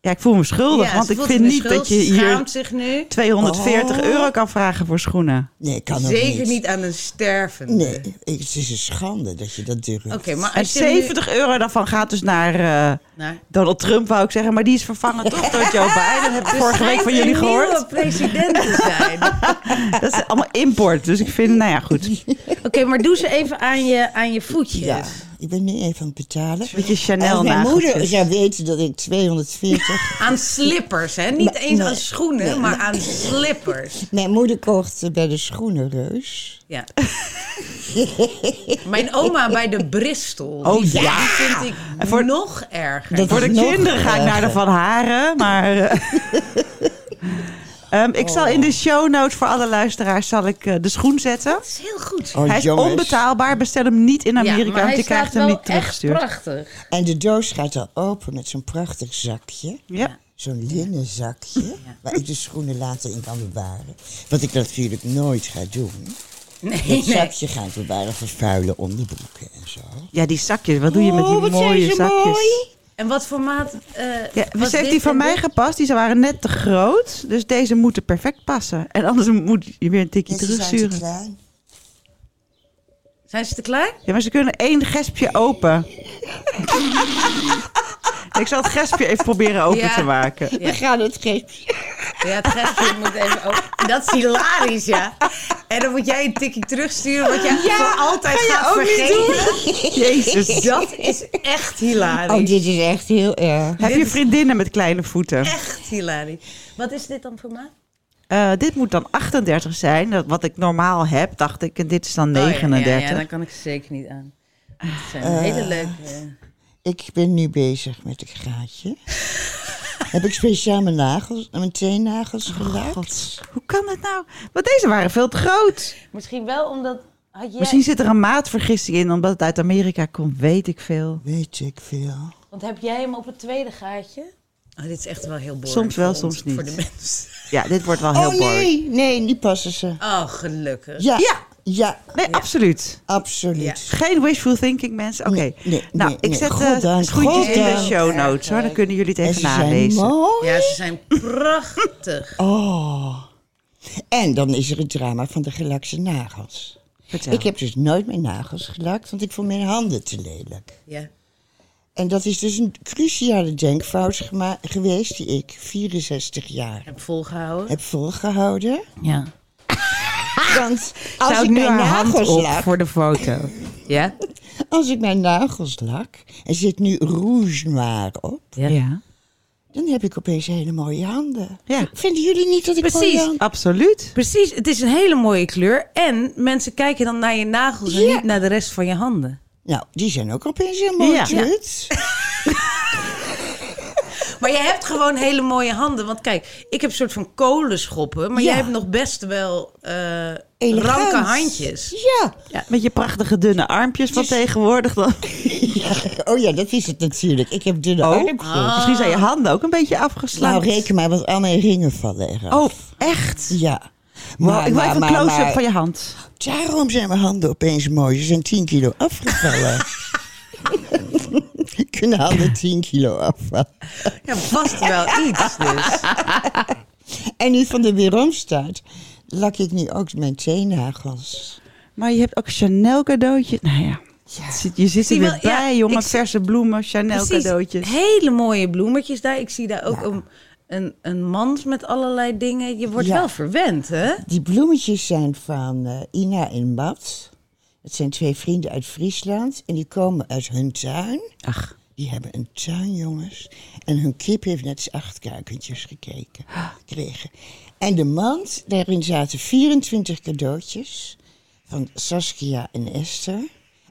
Speaker 1: Ja, ik voel me schuldig,
Speaker 3: Ja,
Speaker 1: want
Speaker 3: ze
Speaker 1: ik
Speaker 3: voelt
Speaker 1: vind
Speaker 3: zich
Speaker 1: niet
Speaker 3: schuld,
Speaker 1: dat je
Speaker 3: ze
Speaker 1: hier
Speaker 3: schaamt zich nu.
Speaker 1: 240
Speaker 2: Oh.
Speaker 1: euro kan vragen voor schoenen.
Speaker 2: Nee, kan ook
Speaker 3: Zeker
Speaker 2: niet.
Speaker 3: niet aan een stervende.
Speaker 2: Nee, ik- het is een schande dat je dat durft.
Speaker 3: Oké, maar
Speaker 1: En
Speaker 3: als je nu- Nou.
Speaker 1: 70 euro daarvan gaat dus naar eh,
Speaker 3: Naar-
Speaker 1: Donald Trump, wou ik zeggen. Maar die is vervangen toch door Joe Biden. Heb ik vorige week van
Speaker 3: Schijnt
Speaker 1: jullie
Speaker 3: Dus een
Speaker 1: gehoord.
Speaker 3: nieuwe president te zijn. Oké,
Speaker 1: Dat is allemaal import. Dus ik vind, nou ja, goed.
Speaker 3: maar doe ze even aan je, aan je voetjes.
Speaker 2: Ja, ik ben nu even aan het betalen.
Speaker 1: Beetje Chanel
Speaker 2: Als mijn
Speaker 1: nageltjes.
Speaker 2: moeder zou weten dat ik 240...
Speaker 3: Aan slippers, hè? Niet
Speaker 2: Nee,
Speaker 3: eens
Speaker 2: nee,
Speaker 3: aan schoenen,
Speaker 2: nee,
Speaker 3: maar aan slippers.
Speaker 2: mijn moeder kocht eh, bij de schoenenreus.
Speaker 3: Ja. Mijn oma bij de Bristol.
Speaker 1: Oh,
Speaker 3: die
Speaker 1: ja.
Speaker 3: vind ik
Speaker 1: En voor-
Speaker 3: nog erger.
Speaker 2: Dat
Speaker 1: Voor de
Speaker 2: is nog
Speaker 1: kinderen ga ik naar de
Speaker 2: erger.
Speaker 1: Van Haren, maar... eh, Ehm, ik zal in
Speaker 3: Oh.
Speaker 1: de show notes voor alle luisteraars zal ik, eh, de schoen zetten.
Speaker 3: Dat is heel goed.
Speaker 2: Oh,
Speaker 1: hij is
Speaker 2: jongens.
Speaker 1: onbetaalbaar. Bestel hem niet in
Speaker 3: Ja,
Speaker 1: Amerika,
Speaker 3: maar
Speaker 1: want
Speaker 3: hij
Speaker 1: je krijgt
Speaker 3: staat
Speaker 1: hem
Speaker 3: wel
Speaker 1: niet
Speaker 3: echt
Speaker 1: teruggestuurd.
Speaker 3: prachtig.
Speaker 2: En de doos gaat al open met zo'n prachtig zakje.
Speaker 1: Ja.
Speaker 2: Zo'n linnen zakje. Waar ik de schoenen later in kan bewaren. Wat ik natuurlijk nooit ga doen.
Speaker 3: Nee,
Speaker 2: Dat
Speaker 3: nee.
Speaker 2: zakje ga ik bewaren voor vuile onderbroeken en zo.
Speaker 1: ja, die zakjes. Wat doe je met die
Speaker 2: Oh, wat zijn
Speaker 1: mooie
Speaker 2: ze
Speaker 1: zakjes?
Speaker 2: mooi.
Speaker 3: En wat formaat... eh
Speaker 1: Ja,
Speaker 3: was
Speaker 1: dus heeft
Speaker 3: dit
Speaker 1: die van
Speaker 3: en
Speaker 1: mij
Speaker 3: dit?
Speaker 1: gepast. Die waren net te groot. Dus deze moeten perfect passen. En anders moet je weer een tikje
Speaker 2: Ja, ze zijn te
Speaker 1: terugsturen.
Speaker 2: klein.
Speaker 3: Zijn ze te klein?
Speaker 1: Ja, maar ze kunnen één gespje open. ik zal het gespje even proberen open
Speaker 3: Ja.
Speaker 1: te maken.
Speaker 2: We gaan het geven.
Speaker 3: Ja, het gestje moet even open. Dat is hilarisch, ja. En dan moet jij een tikkie terugsturen, wat jij voor altijd gaat vergeten.
Speaker 1: Jezus.
Speaker 3: Dat is echt
Speaker 2: Oh,
Speaker 3: hilarisch.
Speaker 2: dit is echt heel erg.
Speaker 1: Heb je vriendinnen met kleine voeten?
Speaker 3: Echt hilarisch. Wat is dit dan voor mij?
Speaker 1: Eh, dit moet dan 38 zijn. Dat, wat ik normaal heb, dacht ik. En dit is
Speaker 2: Oh
Speaker 1: dan 39.
Speaker 3: Oh, ja, dan kan ik ze zeker niet aan. Het zijn hele leuke...
Speaker 2: Ik ben nu bezig met een graadje. Heb ik speciaal mijn nagels, mijn teennagels gelakt?
Speaker 1: God, hoe kan dat nou? Want deze waren veel te groot.
Speaker 3: Misschien wel omdat... Had jij,
Speaker 1: Misschien zit er een maatvergissing in, omdat het uit Amerika komt, weet ik veel.
Speaker 2: Weet ik veel.
Speaker 3: Want heb jij hem op het tweede gaatje? Oh, dit is echt wel heel boring
Speaker 1: Soms wel,
Speaker 3: voor ons,
Speaker 1: soms niet.
Speaker 3: Voor de mensen.
Speaker 1: Ja, dit wordt wel heel
Speaker 2: Oh
Speaker 1: boring.
Speaker 2: nee, nee, die passen ze.
Speaker 3: Oh, gelukkig.
Speaker 2: Ja,
Speaker 1: Ja.
Speaker 2: ja,
Speaker 1: Nee, absoluut.
Speaker 2: absoluut.
Speaker 1: Geen wishful thinking, mensen. Oké.
Speaker 2: Nee, nee,
Speaker 1: nou,
Speaker 2: nee,
Speaker 1: ik
Speaker 2: nee.
Speaker 1: zet de
Speaker 2: Goddank,
Speaker 1: schoentjes in de
Speaker 2: goddank.
Speaker 1: show notes, hoor. Dan kunnen jullie het
Speaker 2: En
Speaker 1: even
Speaker 2: ze zijn
Speaker 1: nalezen.
Speaker 2: mooi.
Speaker 3: Ja, ze zijn prachtig.
Speaker 2: Oh. En dan is er het drama van de gelakte nagels.
Speaker 1: Vertel.
Speaker 2: Ik heb dus nooit mijn nagels gelakt, want ik vond mijn handen te lelijk.
Speaker 3: Ja.
Speaker 2: En dat is dus een cruciale denkfout gema- geweest die ik 64 jaar
Speaker 3: Heb volgehouden.
Speaker 2: heb volgehouden.
Speaker 3: Ja.
Speaker 2: Want
Speaker 1: Houd
Speaker 2: als ik
Speaker 1: Ah, nu
Speaker 2: mijn
Speaker 1: haar hand
Speaker 2: nagels
Speaker 1: op
Speaker 2: lak,
Speaker 1: voor de foto.
Speaker 3: Ja?
Speaker 2: als ik mijn nagels lak en zit nu rouge noir op,
Speaker 1: Ja. ja.
Speaker 2: dan heb ik opeens hele mooie handen.
Speaker 1: Ja.
Speaker 2: Vinden jullie niet dat ik
Speaker 3: Precies.
Speaker 2: mooie handen?
Speaker 1: Absoluut.
Speaker 3: Precies, het is een hele mooie kleur. En mensen kijken dan naar je nagels en
Speaker 2: Ja.
Speaker 3: niet naar de rest van je handen.
Speaker 2: Nou, die zijn ook opeens heel mooi,
Speaker 1: Ja.
Speaker 2: Trut.
Speaker 3: Maar Maar je hebt gewoon hele mooie handen. Want kijk, ik heb een soort van kolenschoppen. Maar
Speaker 2: Ja.
Speaker 3: jij hebt nog best wel eh
Speaker 2: Elegant.
Speaker 3: ranke handjes.
Speaker 2: Ja.
Speaker 1: Ja, met je prachtige dunne armpjes van tegenwoordig dan.
Speaker 2: Oh ja, dat is het natuurlijk. Ik heb dunne
Speaker 1: Oh.
Speaker 2: armpjes.
Speaker 1: Misschien zijn je handen ook een beetje afgeslagen.
Speaker 2: Nou, reken maar, want al mijn ringen vallen eraf.
Speaker 1: Oh, echt?
Speaker 2: Ja.
Speaker 1: Wow, ik wil
Speaker 2: maar-
Speaker 1: even een
Speaker 2: maar-
Speaker 1: close-up
Speaker 2: maar
Speaker 1: van je hand.
Speaker 2: Daarom zijn mijn handen opeens mooi. Ze zijn 10 kilo afgevallen. Kunnen handen 10 kilo afvallen.
Speaker 3: Ja, vast wel iets dus.
Speaker 2: En nu van de weeromstaat lak ik nu ook mijn teennagels.
Speaker 1: Maar je hebt ook Chanel cadeautje. Nou ja, je zit- je zit
Speaker 3: zie
Speaker 1: er weer
Speaker 3: wel- ja,
Speaker 1: bij, jongen.
Speaker 3: ik zie-
Speaker 1: Verse bloemen, Chanel
Speaker 3: Precies.
Speaker 1: cadeautjes.
Speaker 3: Hele mooie bloemetjes daar. Ik zie daar ook een, een, een mand met allerlei dingen. Je wordt
Speaker 2: Ja.
Speaker 3: wel verwend, hè?
Speaker 2: Die bloemetjes zijn van eh, Ina en Mats. Dat zijn twee vrienden uit Friesland. En die komen uit hun tuin.
Speaker 1: Ach,
Speaker 2: Die hebben een tuin, jongens. En hun kip heeft net z'n acht kuikentjes gekeken, gekregen. En de mand, daarin zaten 24 cadeautjes van Saskia en Esther.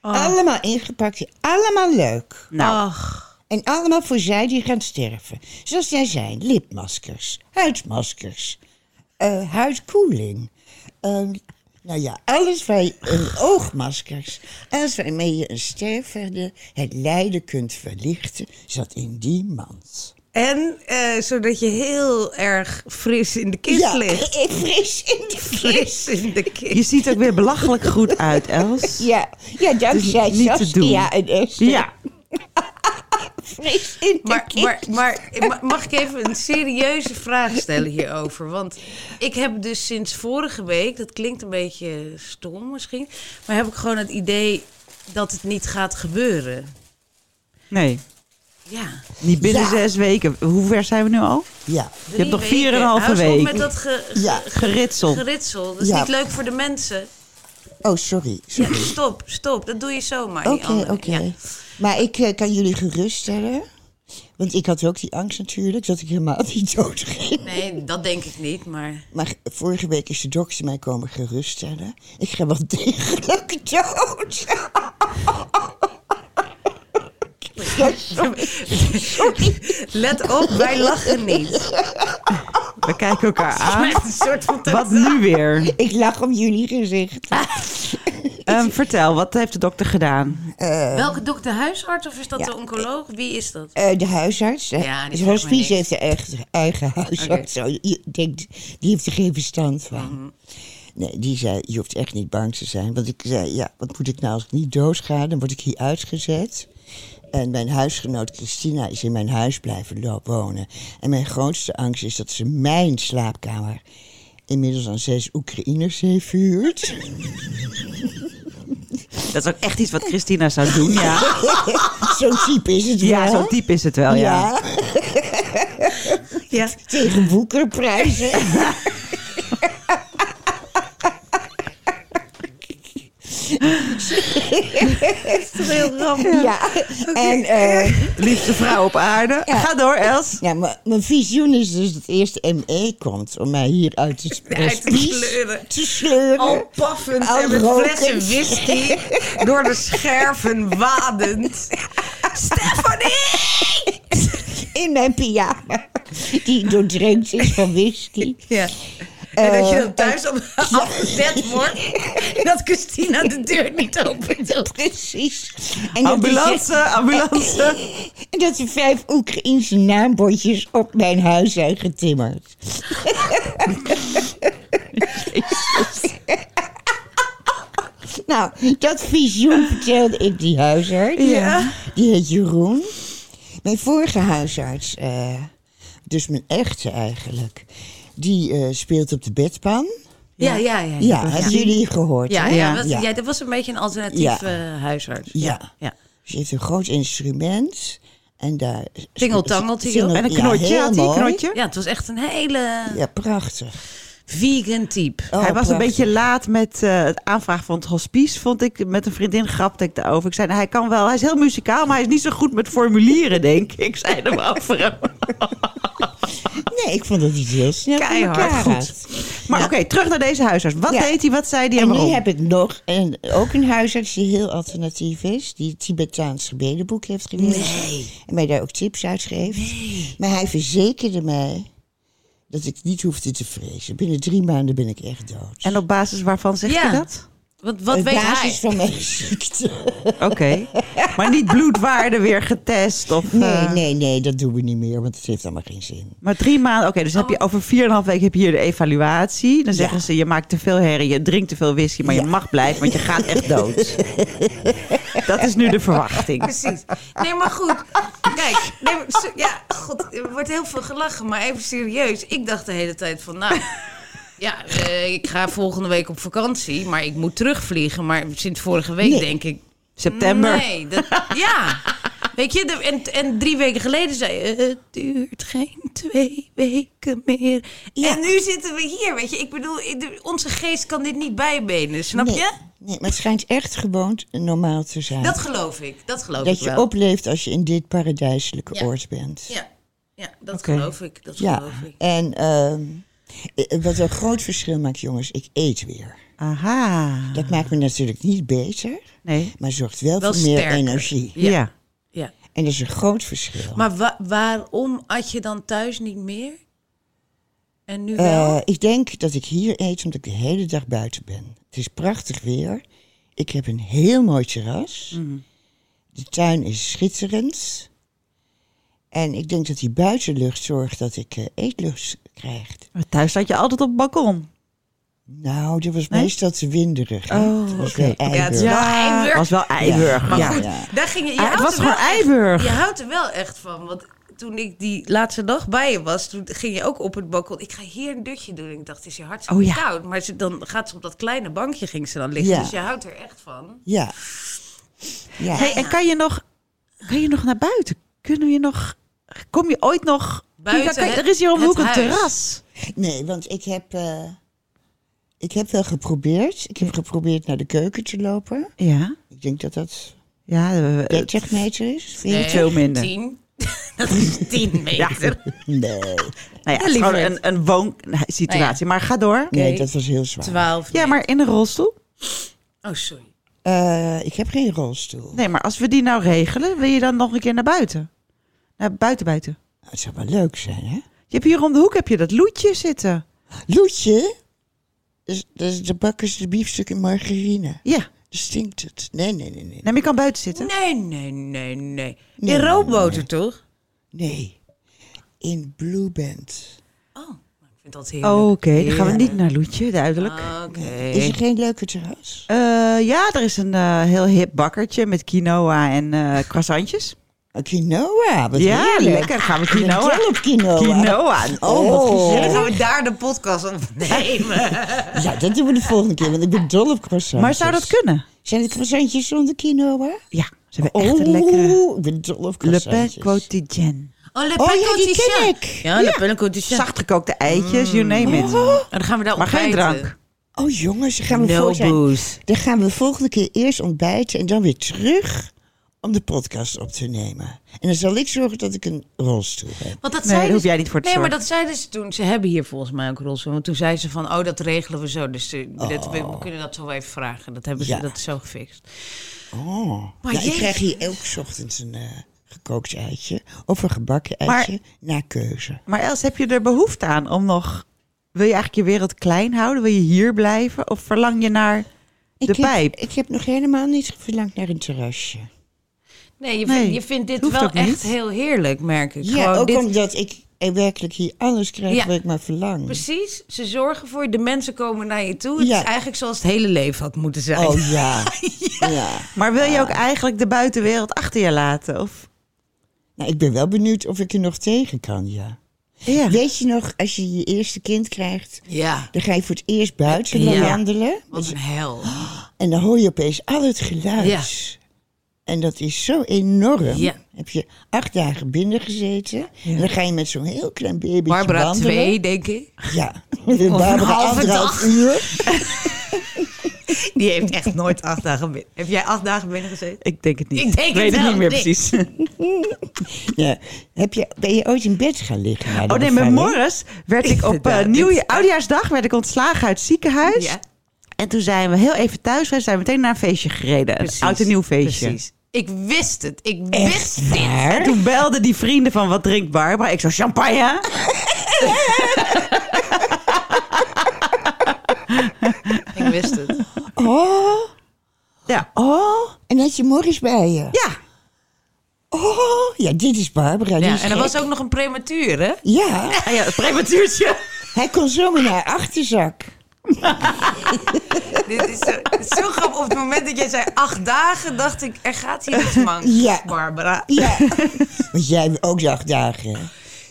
Speaker 2: Allemaal ingepakt, allemaal leuk.
Speaker 1: nou.
Speaker 2: En allemaal voor zij die gaan sterven. Zoals jij zijn, lipmaskers, huidmaskers, eh, huidkoeling. Ehm, nou ja, alles waar je, een oogmaskers, alles waarmee je een stervende het lijden kunt verlichten, zat in die mand.
Speaker 3: En eh, zodat je heel erg fris in de kist ligt.
Speaker 2: eh, fris in de fris.
Speaker 3: Fris in de kist.
Speaker 1: Je ziet er ook weer belachelijk goed uit, Els.
Speaker 2: Ja, ja dankzij
Speaker 1: niet te doen.
Speaker 2: Saskia en Esther.
Speaker 1: Ja.
Speaker 2: Fris in de
Speaker 3: Maar,
Speaker 2: kist.
Speaker 3: maar, maar ma- mag ik even een serieuze vraag stellen hierover? Want ik heb dus sinds vorige week, dat klinkt een beetje stom misschien, maar heb ik gewoon het idee dat het niet gaat gebeuren.
Speaker 1: Nee,
Speaker 3: Ja.
Speaker 1: niet binnen
Speaker 2: Ja.
Speaker 1: zes weken. Hoe ver zijn we nu al?
Speaker 2: Ja,
Speaker 1: hebt nog vier en een halve
Speaker 3: week.
Speaker 1: week.
Speaker 3: met dat ge, ge-
Speaker 2: ja.
Speaker 1: Geritsel.
Speaker 3: geritsel. Dat is
Speaker 2: Ja.
Speaker 3: niet leuk voor de mensen.
Speaker 2: Oh, sorry.
Speaker 3: Ja,
Speaker 2: sorry.
Speaker 3: stop, stop. Dat doe je zomaar. die
Speaker 2: Oké,
Speaker 3: andere.
Speaker 2: oké.
Speaker 3: Ja.
Speaker 2: Maar ik eh, kan jullie geruststellen. Want ik had ook die angst natuurlijk dat ik helemaal niet dood ging.
Speaker 3: Nee, dat denk ik niet, maar...
Speaker 2: Maar vorige week is de dokter mij komen geruststellen. Ik ga wel degelijk dood.
Speaker 3: Let op, wij lachen niet.
Speaker 1: We kijken elkaar aan.
Speaker 3: Met een soort van...
Speaker 1: Wat nu weer?
Speaker 2: Ik lach om jullie gezicht.
Speaker 1: Ehm, vertel, wat heeft de dokter gedaan?
Speaker 2: Eh.
Speaker 3: Welke dokter? De huisarts of is dat
Speaker 2: Ja.
Speaker 3: de oncoloog? Wie is dat?
Speaker 2: Eh, de huisarts. Dus De,
Speaker 3: Ja, die
Speaker 2: het
Speaker 3: zegt me
Speaker 2: hospice
Speaker 3: niks.
Speaker 2: heeft een eh, eigen, eigen huisarts. Zo, je denkt, die heeft er geen verstand van.
Speaker 1: Mhm.
Speaker 2: Nee, die zei, je hoeft echt niet bang te zijn. Want ik zei, ja, wat moet ik nou als ik niet doodga? Dan word ik hier uitgezet. En mijn huisgenoot Christina is in mijn huis blijven lo- wonen. En mijn grootste angst is dat ze mijn slaapkamer... inmiddels aan zes Oekraïners heeft verhuurd.
Speaker 1: Dat is ook echt iets wat Christina zou doen, ja.
Speaker 2: zo'n type is het
Speaker 1: Ja,
Speaker 2: wel.
Speaker 1: zo diep is het wel, ja.
Speaker 2: Ja. Tegen woekerprijzen.
Speaker 3: Heel grappig.
Speaker 2: ja. En eh,
Speaker 1: Liefste vrouw op aarde. Ga door, Els.
Speaker 2: ja, maar mijn visioen is dus dat eerst de ME komt om mij hier uit te,
Speaker 3: Uit te
Speaker 2: hospice
Speaker 3: sleuren.
Speaker 2: te sleuren.
Speaker 3: Al paffend
Speaker 2: Al
Speaker 3: en met
Speaker 2: rokend.
Speaker 3: flessen whisky door de scherven wadend. Stephanie!
Speaker 2: In mijn pyjama. Die doordrenkt is van whisky. Eh,
Speaker 3: Ja. En dat je dan thuis op afgezet wordt. Dat Christina de deur niet open doet.
Speaker 2: Precies. En dat, die zegt-
Speaker 1: Ambulance, ambulance.
Speaker 2: en dat er vijf Oekraïense naambordjes op mijn huis zijn getimmerd. Nou, dat visioen vertelde ik die huisarts.
Speaker 3: Ja.
Speaker 2: Die heet Jeroen. Mijn vorige huisarts, eh, dus mijn echte eigenlijk, die eh, speelt op de bedpan.
Speaker 3: Ja, ja, ja.
Speaker 2: Ja, hebben jullie gehoord?
Speaker 3: Ja,
Speaker 2: hè?
Speaker 3: ja, dat-
Speaker 2: ja.
Speaker 3: ja, dat was een beetje een alternatief
Speaker 2: Ja.
Speaker 3: eh, huisarts.
Speaker 2: Ja.
Speaker 3: ja.
Speaker 2: Ze heeft een groot instrument. En daar...
Speaker 3: Tingeltangelt hij
Speaker 2: Tingel-
Speaker 3: ook.
Speaker 1: En een
Speaker 2: ja,
Speaker 1: knotje,
Speaker 2: heel
Speaker 1: had hij een
Speaker 2: mooi.
Speaker 1: knotje?
Speaker 3: Ja, het was echt een hele...
Speaker 2: Ja, prachtig.
Speaker 3: Vegan type.
Speaker 2: Oh,
Speaker 1: hij was
Speaker 2: prachtig.
Speaker 1: een beetje laat met eh, het aanvragen van het hospice, vond ik. Met een vriendin grapte ik daarover. Ik zei, nou, hij kan wel, hij is heel muzikaal, maar hij is niet zo goed met formulieren, denk ik. Ik zei hem af.
Speaker 2: Nee, ik vond dat hij heel snel in
Speaker 1: Keihard
Speaker 2: elkaar
Speaker 1: goed.
Speaker 2: had.
Speaker 1: Maar oké, terug naar deze huisarts. Wat
Speaker 2: Ja.
Speaker 1: deed hij, wat zei hij en
Speaker 2: En
Speaker 1: waarom?
Speaker 2: nu heb ik nog een, ook een huisarts die heel alternatief is. Die het Tibetaans gebedenboek heeft gelezen. En mij daar ook tips uitgeeft. Maar hij verzekerde mij dat ik niet hoefde te vrezen. Binnen drie maanden ben ik echt dood.
Speaker 1: En op basis waarvan zegt
Speaker 3: Ja.
Speaker 1: hij dat?
Speaker 3: Wat, wat
Speaker 2: Op
Speaker 3: weet
Speaker 2: basis
Speaker 3: hij?
Speaker 2: van mijn ziekte.
Speaker 1: Oké, maar niet bloedwaarde weer getest of...
Speaker 2: Nee,
Speaker 1: eh,
Speaker 2: nee, nee, dat doen we niet meer, want het heeft allemaal geen zin.
Speaker 1: Maar drie maanden, oké, dus
Speaker 3: Oh.
Speaker 1: heb je over 4,5 weken heb je hier de evaluatie. Dan zeggen ze, je maakt te veel herrie, je drinkt te veel whisky, maar je mag blijven, want je gaat echt dood. dat is nu de verwachting.
Speaker 3: Precies. Nee, maar goed. Kijk, nee, maar zo- ja, god, er wordt heel veel gelachen, maar even serieus. Ik dacht de hele tijd van, nou, ja, eh, ik ga volgende week op vakantie, maar ik moet terugvliegen. Maar sinds vorige week
Speaker 2: Nee.
Speaker 3: denk ik,
Speaker 1: September.
Speaker 3: nee, dat, ja. Weet je, de- en, en drie weken geleden zei je, het duurt geen twee weken meer. En nu zitten we hier, weet je. Ik bedoel, ik- de- onze geest kan dit niet bijbenen, snap
Speaker 2: nee,
Speaker 3: je?
Speaker 2: Nee, maar het schijnt echt gewoon normaal te zijn.
Speaker 3: Dat
Speaker 2: Dat,
Speaker 3: geloof ik, dat geloof ik
Speaker 2: je
Speaker 3: wel.
Speaker 2: opleeft als je in dit paradijselijke
Speaker 3: Ja.
Speaker 2: oord bent.
Speaker 3: Ja, ja dat
Speaker 1: Oké.
Speaker 3: geloof ik. Dat
Speaker 2: Ja,
Speaker 3: geloof ik.
Speaker 2: en ehm, eh, wat een groot verschil maakt, jongens, ik eet weer.
Speaker 1: Aha.
Speaker 2: Dat maakt me natuurlijk niet beter,
Speaker 1: Nee.
Speaker 2: maar zorgt wel,
Speaker 3: Wel
Speaker 2: voor meer
Speaker 3: sterker.
Speaker 2: energie.
Speaker 1: Ja.
Speaker 3: Ja.
Speaker 2: En dat is een groot verschil.
Speaker 3: Maar wa- waarom at je dan thuis niet meer? En nu wel?
Speaker 2: Eh, ik denk dat ik hier eet omdat ik de hele dag buiten ben. Het is prachtig weer. Ik heb een heel mooi terras.
Speaker 3: Mhm.
Speaker 2: De tuin is schitterend. En ik denk dat die buitenlucht zorgt dat ik eh, eetlust krijg.
Speaker 1: Maar Thuis zat je altijd op het balkon.
Speaker 2: Nou, dat was
Speaker 1: Nee?
Speaker 2: meestal te winderig. hè.
Speaker 1: Oh,
Speaker 2: Dat was
Speaker 1: oké.
Speaker 2: wel
Speaker 3: Ja, het is
Speaker 2: ijver.
Speaker 3: wel ijver.
Speaker 1: was wel Eiburg.
Speaker 2: Ja,
Speaker 1: Maar
Speaker 2: ja,
Speaker 1: goed,
Speaker 2: ja.
Speaker 3: Daar ging je, je
Speaker 1: Ah, het
Speaker 3: houdt
Speaker 1: was
Speaker 3: er wel
Speaker 1: gewoon
Speaker 3: echt-
Speaker 1: Eiburg.
Speaker 3: Je houdt er wel echt van. Want toen ik die laatste dag bij je was, toen ging je ook op het balkon. Ik ga hier een dutje doen. Ik dacht, het is je hartstikke
Speaker 1: Oh, ja.
Speaker 3: koud. Maar ze, dan gaat ze op dat kleine bankje ging ze dan liggen.
Speaker 2: Ja.
Speaker 3: Dus je houdt er echt van.
Speaker 2: Ja. Ja.
Speaker 1: Hey, en kan je, nog, kan je nog naar buiten? Kunnen je nog... Kom je ooit nog...
Speaker 3: Buiten
Speaker 1: Kijk,
Speaker 3: het-
Speaker 1: er is hier om de
Speaker 3: het
Speaker 1: hoek een
Speaker 3: huis.
Speaker 1: terras.
Speaker 2: Nee, want ik heb, eh, ik heb wel geprobeerd. Ik heb geprobeerd naar de keuken te lopen.
Speaker 1: Ja.
Speaker 2: Ik denk dat dat
Speaker 1: Ja, eh,
Speaker 2: 30 meter is.
Speaker 1: Nee.
Speaker 2: 40?
Speaker 1: veel minder.
Speaker 3: Tien. dat is tien meter.
Speaker 2: Nee.
Speaker 1: nou ja, het is gewoon een, een woonsituatie.
Speaker 2: Nou
Speaker 1: Maar ga door.
Speaker 2: Nee, dat was heel zwaar.
Speaker 3: Twaalf.
Speaker 1: Ja, maar in een rolstoel?
Speaker 3: Oh, sorry.
Speaker 2: Eh, ik heb geen rolstoel.
Speaker 1: Nee, maar als we die nou regelen, wil je dan nog een keer naar buiten? Naar buiten buiten.
Speaker 2: Het zou wel leuk zijn, hè?
Speaker 1: Je hebt hier om de hoek heb je dat loetje zitten.
Speaker 2: Loetje? Dat is- dat is de bakkers de biefstuk in margarine.
Speaker 1: Ja, nee,
Speaker 2: Dan stinkt het. Nee, nee, nee, nee.
Speaker 1: maar je kan buiten zitten.
Speaker 3: Nee, nee, nee, nee.
Speaker 2: Nee,
Speaker 3: In roodboter, toch?
Speaker 2: Nee. In Blue Band.
Speaker 3: Oh, nou, ik vind dat heerlijk.
Speaker 1: Oké, dan gaan we niet naar loetje, duidelijk.
Speaker 2: Ah.
Speaker 3: Oké.
Speaker 2: Is er geen leuke terras?
Speaker 1: Eh, ja, er is een eh, heel hip bakkertje met quinoa en eh croissantjes.
Speaker 2: Oh, Quinoa, wat
Speaker 1: ja,
Speaker 2: heerlijk.
Speaker 1: lekker. Gaan we
Speaker 2: Ik ben
Speaker 1: quinoa?
Speaker 2: dol op quinoa.
Speaker 1: Quinoa. Oh, wat
Speaker 2: Oh.
Speaker 1: gezellig.
Speaker 3: gaan we daar de podcast opnemen.
Speaker 2: Ja, dat doen we de volgende keer, want ik ben dol op croissantjes.
Speaker 1: Maar zou dat kunnen?
Speaker 2: Zijn het croissantjes zonder quinoa?
Speaker 1: Ja, ze hebben echt een lekkere
Speaker 2: Oeh, ik ben dol op
Speaker 1: le pain
Speaker 2: Oh. croissantjes.
Speaker 1: quotidien.
Speaker 3: Oh, Le
Speaker 2: Oh
Speaker 3: Pen
Speaker 2: ja, die
Speaker 3: Cotillon.
Speaker 2: ken ik.
Speaker 3: Ja, Le Pen Cotillon.
Speaker 1: Zachtgekookte eitjes, you name it.
Speaker 3: En dan gaan we daar
Speaker 1: Maar geen
Speaker 3: ontbijten.
Speaker 1: drank.
Speaker 2: Oh jongens, dan gaan we,
Speaker 3: No
Speaker 2: voor zijn-
Speaker 3: booze.
Speaker 2: dan gaan we volgende keer eerst ontbijten en dan weer terug om de podcast op te nemen. En dan zal ik zorgen dat ik een rolstoel heb.
Speaker 3: Want dat
Speaker 1: Nee, daar
Speaker 3: zeiden
Speaker 1: hoef
Speaker 3: ze-
Speaker 1: jij niet voor te
Speaker 3: Nee, maar
Speaker 1: zorgen.
Speaker 3: dat zeiden ze toen. Ze hebben hier volgens mij ook rolstoel. Want toen zeiden ze van, oh, dat regelen we zo. Dus eh, dat, we, we kunnen dat zo wel even vragen. Dat hebben ze
Speaker 2: Ja.
Speaker 3: dat is zo gefixt.
Speaker 2: Oh.
Speaker 3: Maar
Speaker 2: Nou, ik
Speaker 3: jeetje.
Speaker 2: krijg hier elke ochtend een eh, gekookt eitje of een gebakken eitje naar keuze.
Speaker 1: Maar Els, heb je er behoefte aan om nog... Wil je eigenlijk je wereld klein houden? Wil je hier blijven? Of verlang je naar de
Speaker 2: ik
Speaker 1: pijp?
Speaker 2: Heb, ik heb nog helemaal niet verlangd naar een terrasje.
Speaker 3: Nee, je,
Speaker 1: Nee,
Speaker 3: vindt- je vindt dit
Speaker 1: hoeft
Speaker 3: wel
Speaker 1: ook niet.
Speaker 3: echt heel heerlijk, merk ik.
Speaker 2: Ja,
Speaker 3: Gewoon
Speaker 2: ook
Speaker 3: dit,
Speaker 2: omdat ik eh, werkelijk hier alles krijg
Speaker 3: Ja.
Speaker 2: wat ik maar verlang.
Speaker 3: Precies, ze zorgen voor je. De mensen komen naar je toe. Het
Speaker 2: Ja.
Speaker 3: is eigenlijk zoals het hele leven had moeten zijn.
Speaker 2: Oh ja. ja.
Speaker 1: Maar wil
Speaker 3: Ah.
Speaker 1: je ook eigenlijk de buitenwereld achter je laten? Of?
Speaker 2: Nou, ik ben wel benieuwd of ik er nog tegen kan, ja.
Speaker 1: Ja.
Speaker 2: Weet je nog, als je je eerste kind krijgt,
Speaker 3: Ja,
Speaker 2: dan ga je voor het eerst buiten
Speaker 3: Ja.
Speaker 2: wandelen.
Speaker 3: wat een hel.
Speaker 2: En dan hoor je opeens al het geluid.
Speaker 3: Ja.
Speaker 2: En dat is zo enorm.
Speaker 5: Ja.
Speaker 2: Heb je acht dagen binnen gezeten. En dan ga je met zo'n heel klein babytje
Speaker 3: Barbara
Speaker 2: wandelen.
Speaker 3: 2, denk ik.
Speaker 2: Ja. Barbara
Speaker 3: halve
Speaker 2: anderhalf
Speaker 3: dag.
Speaker 2: uur.
Speaker 3: Die heeft echt nooit acht dagen binnen. Heb jij acht dagen binnen gezeten?
Speaker 1: Ik denk het niet. Oh,
Speaker 3: Ik denk
Speaker 1: weet
Speaker 3: het
Speaker 1: het
Speaker 3: wel,
Speaker 1: niet meer
Speaker 3: nee.
Speaker 1: precies.
Speaker 2: Ja. Heb je, ben je ooit in bed gaan liggen? na de
Speaker 1: Oh nee, met
Speaker 2: bevalling?
Speaker 1: Morris werd ik op eh
Speaker 3: Inderdaad, dit
Speaker 1: nieuwjaar,
Speaker 3: is-
Speaker 1: oudjaarsdag werd ik ontslagen uit het ziekenhuis.
Speaker 3: Ja.
Speaker 1: En toen zijn we heel even thuis geweest, zijn we meteen naar een feestje gereden.
Speaker 3: Precies,
Speaker 1: een oud en nieuw feestje.
Speaker 3: Precies. Ik wist het. Ik wist
Speaker 2: Echt
Speaker 3: het.
Speaker 1: En
Speaker 2: waar?
Speaker 1: toen belden die vrienden van wat drinkt Barbara? Ik zo, champagne?
Speaker 3: Ik wist het.
Speaker 2: Oh.
Speaker 1: Ja.
Speaker 2: Oh. En had je Morris bij je?
Speaker 1: Ja.
Speaker 2: Oh. Ja, dit is Barbara. die
Speaker 3: Ja,
Speaker 2: is
Speaker 3: en er
Speaker 2: gek.
Speaker 3: was ook nog een prematuur, hè?
Speaker 2: Ja.
Speaker 1: Ah ja, het prematuurtje.
Speaker 2: Hij kon zo met haar achterzak.
Speaker 3: Dit is zo, dit is zo grappig. Op het moment dat jij zei acht dagen, dacht ik, er gaat hier iets mank,
Speaker 2: Ja.
Speaker 3: Barbara.
Speaker 2: Ja. Want jij hebt ook acht dagen. hè?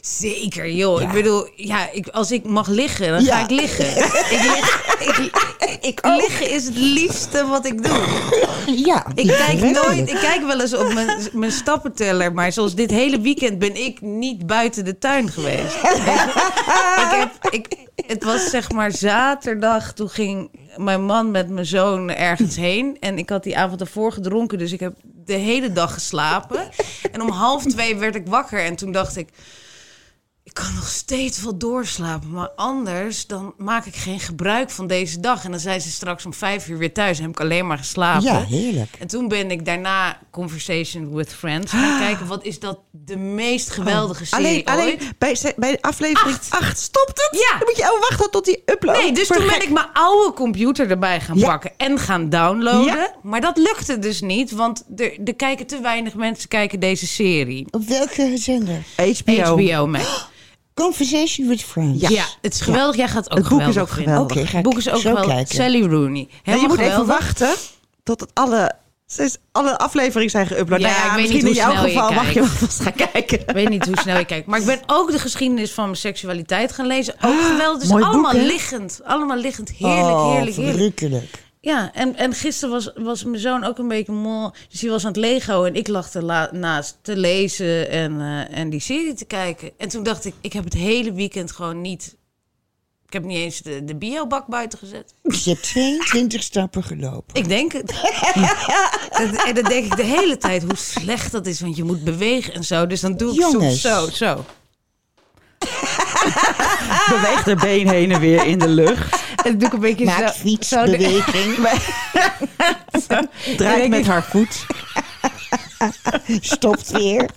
Speaker 3: Zeker, joh.
Speaker 2: Ja.
Speaker 3: Ik bedoel, ja, ik, als ik mag liggen, dan ga
Speaker 2: Ja.
Speaker 3: ik liggen. ik lig, ik, ik liggen is het liefste wat ik doe.
Speaker 2: Ja.
Speaker 3: Ik kijk
Speaker 2: Ja.
Speaker 3: nooit, ik kijk wel eens op mijn, mijn stappenteller, maar zoals dit hele weekend ben ik niet buiten de tuin geweest. ik heb, ik, het was zeg maar zaterdag, toen ging mijn man met mijn zoon ergens heen en ik had die avond ervoor gedronken, dus ik heb de hele dag geslapen. En om half twee werd ik wakker en toen dacht ik, ik kan nog steeds wel doorslapen, maar anders dan maak ik geen gebruik van deze dag. En dan zijn ze straks om vijf uur weer thuis en heb ik alleen maar geslapen.
Speaker 2: Ja, heerlijk.
Speaker 3: En toen ben ik daarna Conversation with Friends gaan kijken. Wat is dat de meest geweldige serie
Speaker 1: Oh. Alleen, alleen
Speaker 3: ooit?
Speaker 1: bij, ze- bij aflevering 8 stopt het.
Speaker 3: Ja.
Speaker 1: Dan moet je oh, wachten tot die upload.
Speaker 3: Nee, dus
Speaker 1: Voor
Speaker 3: toen ben
Speaker 1: gek.
Speaker 3: ik mijn oude computer erbij gaan
Speaker 1: Ja.
Speaker 3: pakken en gaan downloaden.
Speaker 1: Ja.
Speaker 3: Maar dat lukte dus niet, want er, er kijken te weinig mensen kijken deze serie.
Speaker 2: Op welke zender?
Speaker 1: HBO.
Speaker 3: HBO Max.
Speaker 2: Conversation with Friends.
Speaker 3: Ja, het is geweldig. Jij gaat ook
Speaker 1: Het boek is
Speaker 3: geweldig
Speaker 1: ook
Speaker 3: vinden.
Speaker 1: geweldig.
Speaker 2: Oké, ga
Speaker 3: Het
Speaker 2: ik
Speaker 3: boek is ook
Speaker 2: zo
Speaker 3: wel
Speaker 2: kijken.
Speaker 3: Sally Rooney. Helemaal
Speaker 1: Nee, je moet
Speaker 3: geweldig.
Speaker 1: even wachten tot het alle, sinds alle afleveringen zijn geüpload. Nou
Speaker 3: Ja, ik weet
Speaker 1: misschien
Speaker 3: niet
Speaker 1: in jouw
Speaker 3: hoe snel je
Speaker 1: geval mag je wel
Speaker 3: kijkt.
Speaker 1: vast gaan kijken.
Speaker 3: Ik weet niet hoe snel je kijkt. Maar ik ben ook de geschiedenis van mijn seksualiteit gaan lezen. Ook geweldig. Dus
Speaker 1: mooi boek,
Speaker 3: allemaal
Speaker 1: hè?
Speaker 3: liggend. Allemaal liggend. Heerlijk,
Speaker 2: oh,
Speaker 3: heerlijk, heerlijk.
Speaker 2: verrukkelijk.
Speaker 3: Ja, en, en gisteren was, was mijn zoon ook een beetje moe. Dus hij was aan het Lego en ik lag ernaast te lezen en, eh, en die serie te kijken. En toen dacht ik, ik heb het hele weekend gewoon niet... Ik heb niet eens de, de biobak buiten gezet.
Speaker 2: Dus je hebt 22 stappen gelopen.
Speaker 3: Ik denk het. En- En dan denk ik de hele tijd hoe slecht dat is, want je moet bewegen en zo. Dus dan doe ik soms
Speaker 2: Jongens.
Speaker 3: zo, zo. Ah.
Speaker 1: Beweeg haar been heen en weer in de lucht.
Speaker 3: En dan doe ik een beetje
Speaker 2: Maak
Speaker 3: zo. zo de-
Speaker 2: fietsbeweging.
Speaker 1: Draait met haar voet.
Speaker 2: Stopt weer.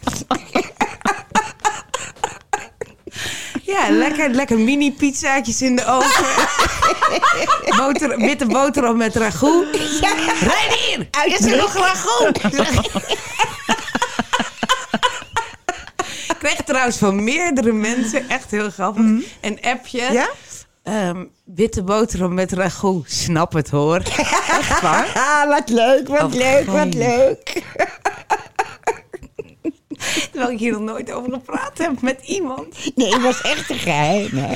Speaker 3: Ja, lekker, lekker mini pizzaatjes in de oven. Boter, witte boterham met ragout. Rijd hier! Is er nog ragout? Ik kreeg trouwens van meerdere mensen, echt heel grappig, een appje.
Speaker 1: Mhm. Ja?
Speaker 3: Ehm, witte boterham met ragout. Snap het hoor.
Speaker 2: Ah, wat leuk, wat
Speaker 3: Oh,
Speaker 2: leuk, wat
Speaker 3: fijn.
Speaker 2: leuk.
Speaker 3: Terwijl ik hier nog nooit over gepraat heb met iemand.
Speaker 2: Nee, het was echt een geheim, hè.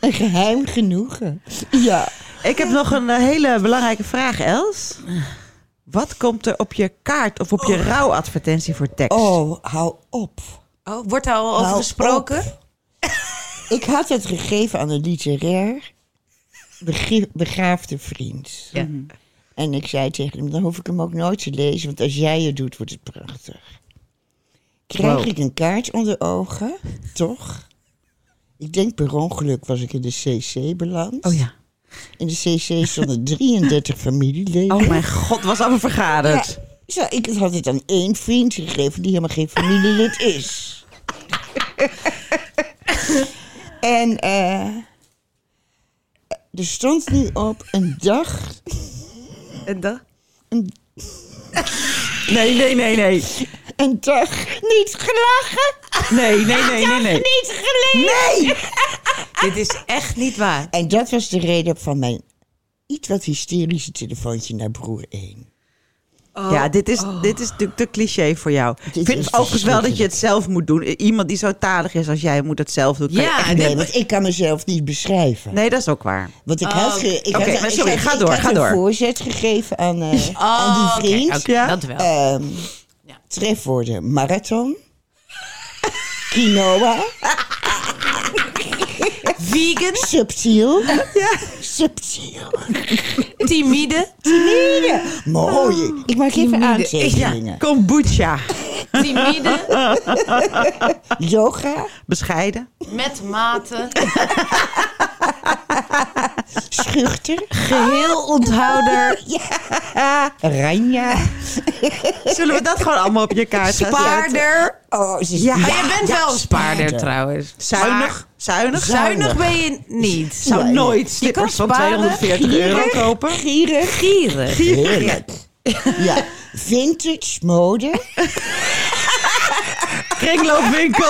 Speaker 2: Een geheim genoegen. Ja.
Speaker 1: Ik heb nog een eh, hele belangrijke vraag, Els.
Speaker 3: Ah.
Speaker 1: Wat komt er op je kaart of op je rouwadvertentie voor tekst?
Speaker 2: Oh, hou op.
Speaker 3: Oh, wordt daar al over
Speaker 2: Hou
Speaker 3: gesproken?
Speaker 2: op. Ik had het gegeven aan een literair bege- begaafde vriend.
Speaker 3: Ja.
Speaker 1: Mhm.
Speaker 2: En ik zei tegen hem, dan hoef ik hem ook nooit te lezen, want als jij het doet, wordt het prachtig. Krijg
Speaker 1: Wow.
Speaker 2: ik een kaart onder ogen, toch? Ik denk per ongeluk was ik in de CC beland.
Speaker 1: Oh ja.
Speaker 2: In de CC stonden 33 familieleden.
Speaker 1: Oh mijn god, was allemaal vergaderd.
Speaker 2: Ja, zo, ik had het aan één vriend gegeven die helemaal geen familielid is. en eh, er stond nu op een dag,
Speaker 3: En dan?
Speaker 1: Nee, nee, nee, nee.
Speaker 2: een dag niet gelachen,
Speaker 1: Nee, nee, nee, nee, nee.
Speaker 2: niet gelezen. Nee!
Speaker 3: Dit is echt niet waar.
Speaker 2: En dat was de reden van mijn iets wat hysterische telefoontje naar broer 1.
Speaker 3: Oh.
Speaker 1: ja, dit is, dit is natuurlijk te cliché voor jou. ik
Speaker 2: Dit
Speaker 1: vind
Speaker 2: is
Speaker 1: overigens wel dat je
Speaker 2: verschrikkelijk.
Speaker 1: het zelf moet doen. I- Iemand die zo talig is als jij moet het zelf doen. Kan je
Speaker 6: Ja,
Speaker 1: echt-
Speaker 6: dit-
Speaker 2: Nee, want ik kan mezelf niet beschrijven.
Speaker 1: nee, dat is ook waar.
Speaker 2: Want ik had, ge- ik
Speaker 1: Oké,
Speaker 2: had,
Speaker 1: maar
Speaker 2: ik
Speaker 1: sorry,
Speaker 2: had-
Speaker 1: ga
Speaker 2: ik
Speaker 1: door,
Speaker 2: had
Speaker 1: ga
Speaker 2: een
Speaker 1: door. Oh,
Speaker 2: voorzet gegeven aan, eh, aan die vriend.
Speaker 3: Oké,
Speaker 1: Ja.
Speaker 3: dat wel.
Speaker 2: Ehm,
Speaker 3: Ja.
Speaker 2: Trefwoorden: marathon, quinoa,
Speaker 3: Vegan,
Speaker 2: subtiel. Subtiel.
Speaker 3: timide,
Speaker 1: Oh.
Speaker 2: Mooi. Ik maak even aantekeningen.
Speaker 1: Kombucha.
Speaker 3: timide,
Speaker 2: Yoga,
Speaker 1: Bescheiden.
Speaker 3: met mate,
Speaker 2: schuchter,
Speaker 3: geheel onthouder,
Speaker 2: ranja.
Speaker 1: Zullen we dat gewoon allemaal op je kaart gaan zetten?
Speaker 3: spaarder.
Speaker 2: Oh, ze is
Speaker 1: Ja.
Speaker 3: Maar jij bent wel een spaarder
Speaker 2: spaarder.
Speaker 3: trouwens.
Speaker 1: Zuinig. Zuinig.
Speaker 3: Maar zuinig ben je niet.
Speaker 1: Zou
Speaker 2: Ja, ja.
Speaker 1: nooit slippers van
Speaker 3: sparen.
Speaker 1: 240 euro kopen.
Speaker 2: gierig.
Speaker 3: Gierig.
Speaker 2: Heerlijk. Ja, vintage mode.
Speaker 1: Kringloopwinkel.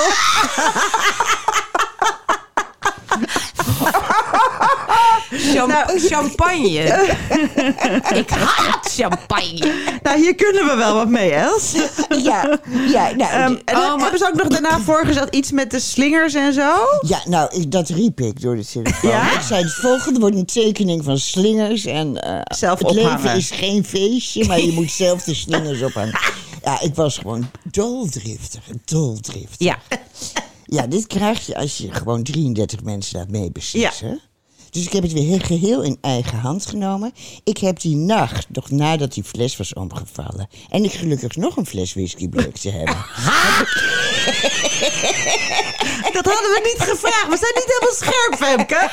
Speaker 3: Cham- champagne. Ik haat champagne.
Speaker 1: Nou, hier kunnen we wel wat mee, Els.
Speaker 2: Ja, ja, nou,
Speaker 1: Ehm,
Speaker 2: d-
Speaker 1: en dan
Speaker 3: Oh, maar-
Speaker 1: hebben ze ook nog daarna voorgezet iets met de slingers en zo.
Speaker 2: ja, nou ik, dat riep ik door de telefoon.
Speaker 1: Ja?
Speaker 2: Ik zei, het volgende wordt een tekening van slingers. En, eh,
Speaker 1: Zelf
Speaker 2: het
Speaker 1: ophangen.
Speaker 2: leven is geen feestje, maar je moet zelf de slingers ophangen. Ja, ik was gewoon doldriftig, doldriftig.
Speaker 1: Ja.
Speaker 2: Ja, dit krijg je als je gewoon 33 mensen laat meebeslissen. Dus ik heb het weer he- geheel in eigen hand genomen. Ik heb die nacht, nog nadat die fles was omgevallen... en ik gelukkig nog een fles whisky bleek te hebben.
Speaker 1: Dat hadden we niet gevraagd. We zijn niet helemaal scherp, Femke.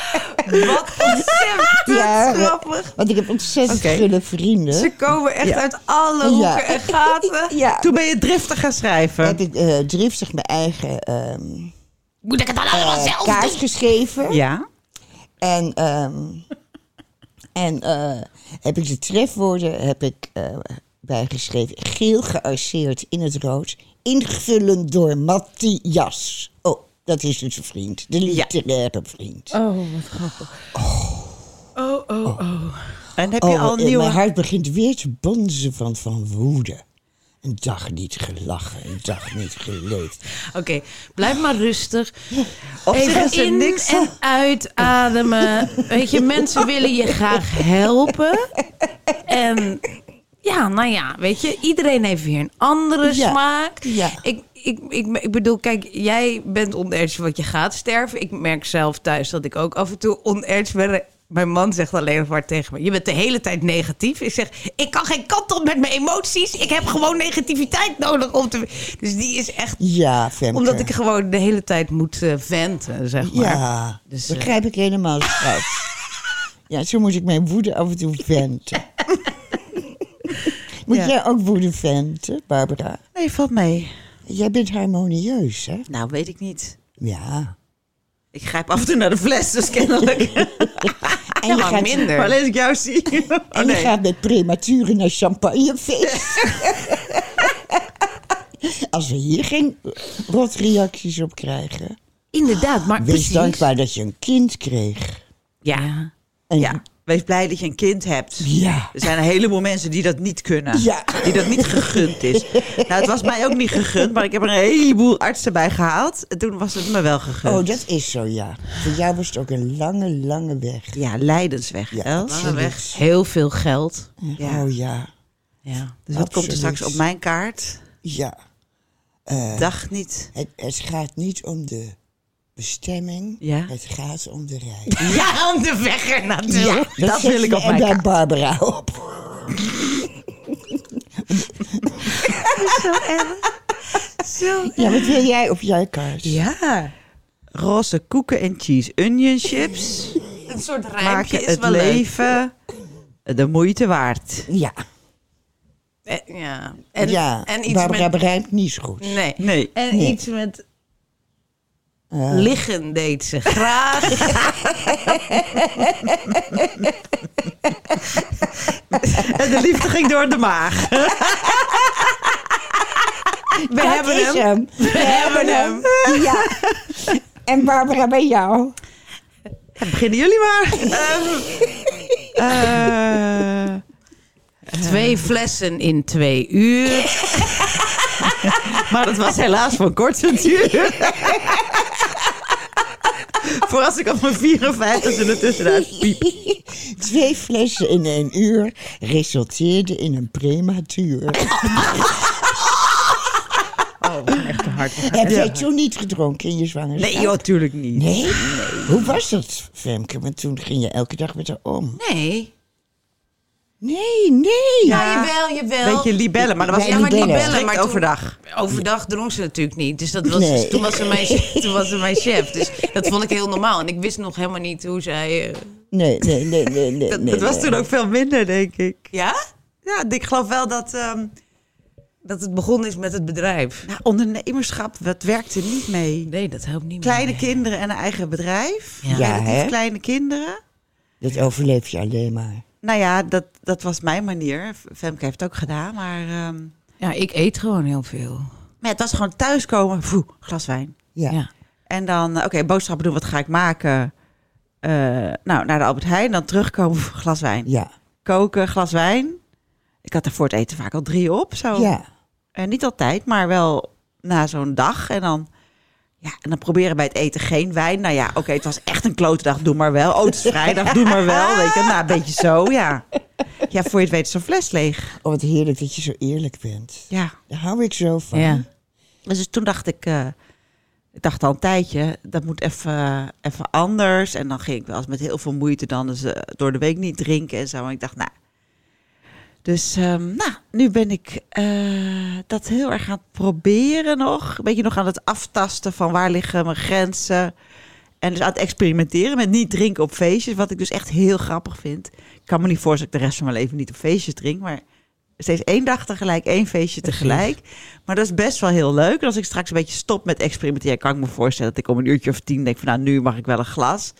Speaker 3: Wat ontzettend
Speaker 2: Ja,
Speaker 3: grappig.
Speaker 2: Want ik heb ontzettend
Speaker 1: Oké.
Speaker 2: gulle vrienden.
Speaker 3: Ze komen echt
Speaker 1: Ja.
Speaker 3: uit alle
Speaker 2: Oh, Ja.
Speaker 3: hoeken en gaten.
Speaker 2: Ja.
Speaker 1: Toen ben je driftig gaan schrijven.
Speaker 2: heb ik eh, driftig mijn eigen ehm
Speaker 3: Moet ik het allemaal
Speaker 2: eh,
Speaker 3: zelf
Speaker 2: kaart geschreven.
Speaker 1: Ja.
Speaker 2: En, ehm, en eh, heb ik de trefwoorden heb ik, eh, bijgeschreven. Geel gearseerd in het rood. Ingevullen door Matthias. Oh, dat is dus een vriend. De literaire vriend.
Speaker 6: Oh, oh, oh.
Speaker 1: En heb je
Speaker 2: Oh,
Speaker 1: al een
Speaker 2: eh, mijn
Speaker 1: nieuwe...
Speaker 2: hart begint weer te bonzen van, van woede. Een dag niet gelachen, een dag niet geleefd.
Speaker 3: Oké, blijf maar rustig.
Speaker 1: Op zich is
Speaker 3: Even
Speaker 1: er
Speaker 3: in
Speaker 1: niks
Speaker 3: en uitademen. Weet je, mensen willen je graag helpen. En ja, nou ja, weet je, iedereen heeft weer een andere
Speaker 2: Ja,
Speaker 3: smaak.
Speaker 2: ja.
Speaker 3: Ik, ik, ik, ik bedoel, kijk, jij bent onerts want je gaat sterven. Ik merk zelf thuis dat ik ook af en toe onerts ben. Mijn man zegt alleen nog maar tegen me: Je bent de hele tijd negatief. Ik zeg: Ik kan geen kant op met mijn emoties. Ik heb gewoon negativiteit nodig om te. Dus die is echt
Speaker 2: Ja, Femke.
Speaker 3: omdat ik gewoon de hele tijd moet eh, venten, zeg maar.
Speaker 2: Ja,
Speaker 3: Dus, eh,
Speaker 2: begrijp ik helemaal, schat. ja, zo moet ik mijn woede af en toe venten. moet
Speaker 1: Ja.
Speaker 2: jij ook woede venten, Barbara?
Speaker 1: Nee, valt mee.
Speaker 2: Jij bent harmonieus, hè?
Speaker 1: Nou, weet ik niet.
Speaker 2: Ja.
Speaker 1: Ik grijp af en toe naar de fles, dus kennelijk.
Speaker 2: En
Speaker 3: Ja, maar minder.
Speaker 1: Maar alleen als ik jou zie. Oh,
Speaker 2: En je
Speaker 1: nee.
Speaker 2: gaat met premature naar champagnefeest. Als we hier geen rotreacties op krijgen...
Speaker 3: Inderdaad, maar
Speaker 2: Wees
Speaker 3: precies.
Speaker 2: dankbaar dat je een kind kreeg.
Speaker 3: Ja.
Speaker 2: En
Speaker 1: Ja, wees blij dat je een kind hebt.
Speaker 2: Ja.
Speaker 1: Er zijn een heleboel mensen die dat niet kunnen.
Speaker 2: Ja.
Speaker 1: Die dat niet gegund is. Nou, het was mij ook niet gegund, maar ik heb er een heleboel artsen bij gehaald. En toen was het me wel gegund.
Speaker 2: Oh, dat is zo, ja. Voor jou was het ook een lange, lange weg.
Speaker 1: Ja, Leidensweg,
Speaker 2: Ja,
Speaker 1: Els.
Speaker 2: absoluut.
Speaker 1: weg.
Speaker 3: Heel veel geld.
Speaker 1: Ja.
Speaker 2: Oh ja,
Speaker 3: Ja.
Speaker 1: Dus wat komt er
Speaker 2: Absoluut.
Speaker 1: straks op mijn kaart?
Speaker 2: ja.
Speaker 1: Dag niet.
Speaker 2: Het, het gaat niet om de bestemming,
Speaker 1: Ja.
Speaker 2: het gaat om de rij.
Speaker 3: Ja, om de weg er natuurlijk.
Speaker 1: dat
Speaker 2: zet
Speaker 1: wil ik
Speaker 2: je
Speaker 1: op mijn
Speaker 2: bij
Speaker 1: kaart.
Speaker 2: Barbara op. Ja, wat wil jij op jouw kaart?
Speaker 1: Ja. Roze koeken en cheese onion chips
Speaker 3: Een soort rijmpje
Speaker 1: maken
Speaker 3: is
Speaker 1: het
Speaker 3: wel leuk.
Speaker 1: leven de moeite waard.
Speaker 2: Ja,
Speaker 3: Eh, Ja. En,
Speaker 2: ja.
Speaker 3: en iets
Speaker 2: Barbara
Speaker 3: met...
Speaker 2: bereikt niet zo goed.
Speaker 3: Nee.
Speaker 1: Nee.
Speaker 3: En
Speaker 2: Nee.
Speaker 3: iets met... Liggen deed ze graag.
Speaker 1: En de liefde ging door de maag.
Speaker 3: We hebben
Speaker 2: is
Speaker 3: hem.
Speaker 2: hem.
Speaker 3: We hebben hem.
Speaker 2: Ja. En Barbara bij jou.
Speaker 1: eh, Beginnen jullie maar. Ehm, eh,
Speaker 3: Twee flessen in twee uur.
Speaker 1: Maar dat was helaas van korte duur. Voor als ik op mijn 54 in de tussentijd piep.
Speaker 2: Twee flessen in een uur resulteerde in een prematuur.
Speaker 1: Oh, echt te hard.
Speaker 2: Heb jij toen niet gedronken in je zwangerschap?
Speaker 1: Nee, joh, tuurlijk niet.
Speaker 2: Nee? Hoe was dat, Femke? Want toen ging je elke dag met haar om.
Speaker 3: Nee.
Speaker 2: Nee, nee.
Speaker 3: Ja, jawel, jawel.
Speaker 1: Beetje libellen, maar dat was
Speaker 2: Ja,
Speaker 1: ja,
Speaker 2: maar libellen.
Speaker 1: strikt
Speaker 3: maar toen-
Speaker 1: overdag.
Speaker 3: Overdag dronk ze natuurlijk niet. Dus dat was,
Speaker 2: Nee.
Speaker 3: toen, was ze mijn, toen was ze mijn chef. Dus dat vond ik heel normaal. En ik wist nog helemaal niet hoe zij... eh,
Speaker 2: Nee, nee, nee, nee, nee.
Speaker 1: Het
Speaker 2: nee,
Speaker 1: was
Speaker 2: nee.
Speaker 1: toen ook veel minder, denk ik.
Speaker 3: ja?
Speaker 1: Ja, ik geloof wel dat ehm,
Speaker 3: Dat het begonnen is met het bedrijf.
Speaker 1: nou, ondernemerschap, dat werkte niet mee.
Speaker 3: Nee, dat helpt niet meer.
Speaker 1: Kleine
Speaker 3: Nee.
Speaker 1: kinderen en een eigen bedrijf.
Speaker 3: Ja.
Speaker 1: Ja,
Speaker 2: Ja, hè?
Speaker 1: kleine kinderen.
Speaker 2: Dat overleef je alleen maar.
Speaker 1: Nou ja, dat, dat was mijn manier. Femke heeft het ook gedaan, maar... ehm,
Speaker 3: Ja, ik eet gewoon heel veel.
Speaker 1: maar het was gewoon thuiskomen, voe, glas wijn.
Speaker 2: Ja.
Speaker 3: Ja.
Speaker 1: En dan, oké, boodschappen doen, wat ga ik maken? Eh, nou, naar de Albert Heijn, dan terugkomen, pff, glas wijn.
Speaker 2: Ja.
Speaker 1: Koken, glas wijn. Ik had er voor het eten vaak al drie op, zo.
Speaker 2: Ja.
Speaker 1: Eh, niet altijd, maar wel na zo'n dag. En dan, ja, en dan proberen bij het eten geen wijn. Nou ja, oké, het was echt een klote dag, doe maar wel. Oh, het is vrijdag, doe maar wel. Weet je, nou, een beetje zo, ja. Ja, voor je het weet is zo'n fles leeg.
Speaker 2: Oh, wat heerlijk dat je zo eerlijk bent.
Speaker 1: Ja.
Speaker 2: Daar hou ik zo van.
Speaker 3: Ja.
Speaker 1: Dus toen dacht ik, eh, ik dacht al een tijdje, dat moet even, even anders. En dan ging ik wel eens met heel veel moeite dan dus, eh, door de week niet drinken en zo. En ik dacht, nou. Dus ehm, nou, nu ben ik eh, dat heel erg aan het proberen nog. Een beetje nog aan het aftasten van waar liggen mijn grenzen. En dus aan het experimenteren met niet drinken op feestjes. Wat ik dus echt heel grappig vind. Ik kan me niet voorstellen dat ik de rest van mijn leven niet op feestjes drink. Maar steeds één dag tegelijk, één feestje tegelijk. Maar dat is best wel heel leuk. En als ik straks een beetje stop met experimenteren, kan ik me voorstellen dat ik om een uurtje of tien denk van nou, nu mag ik wel een glas.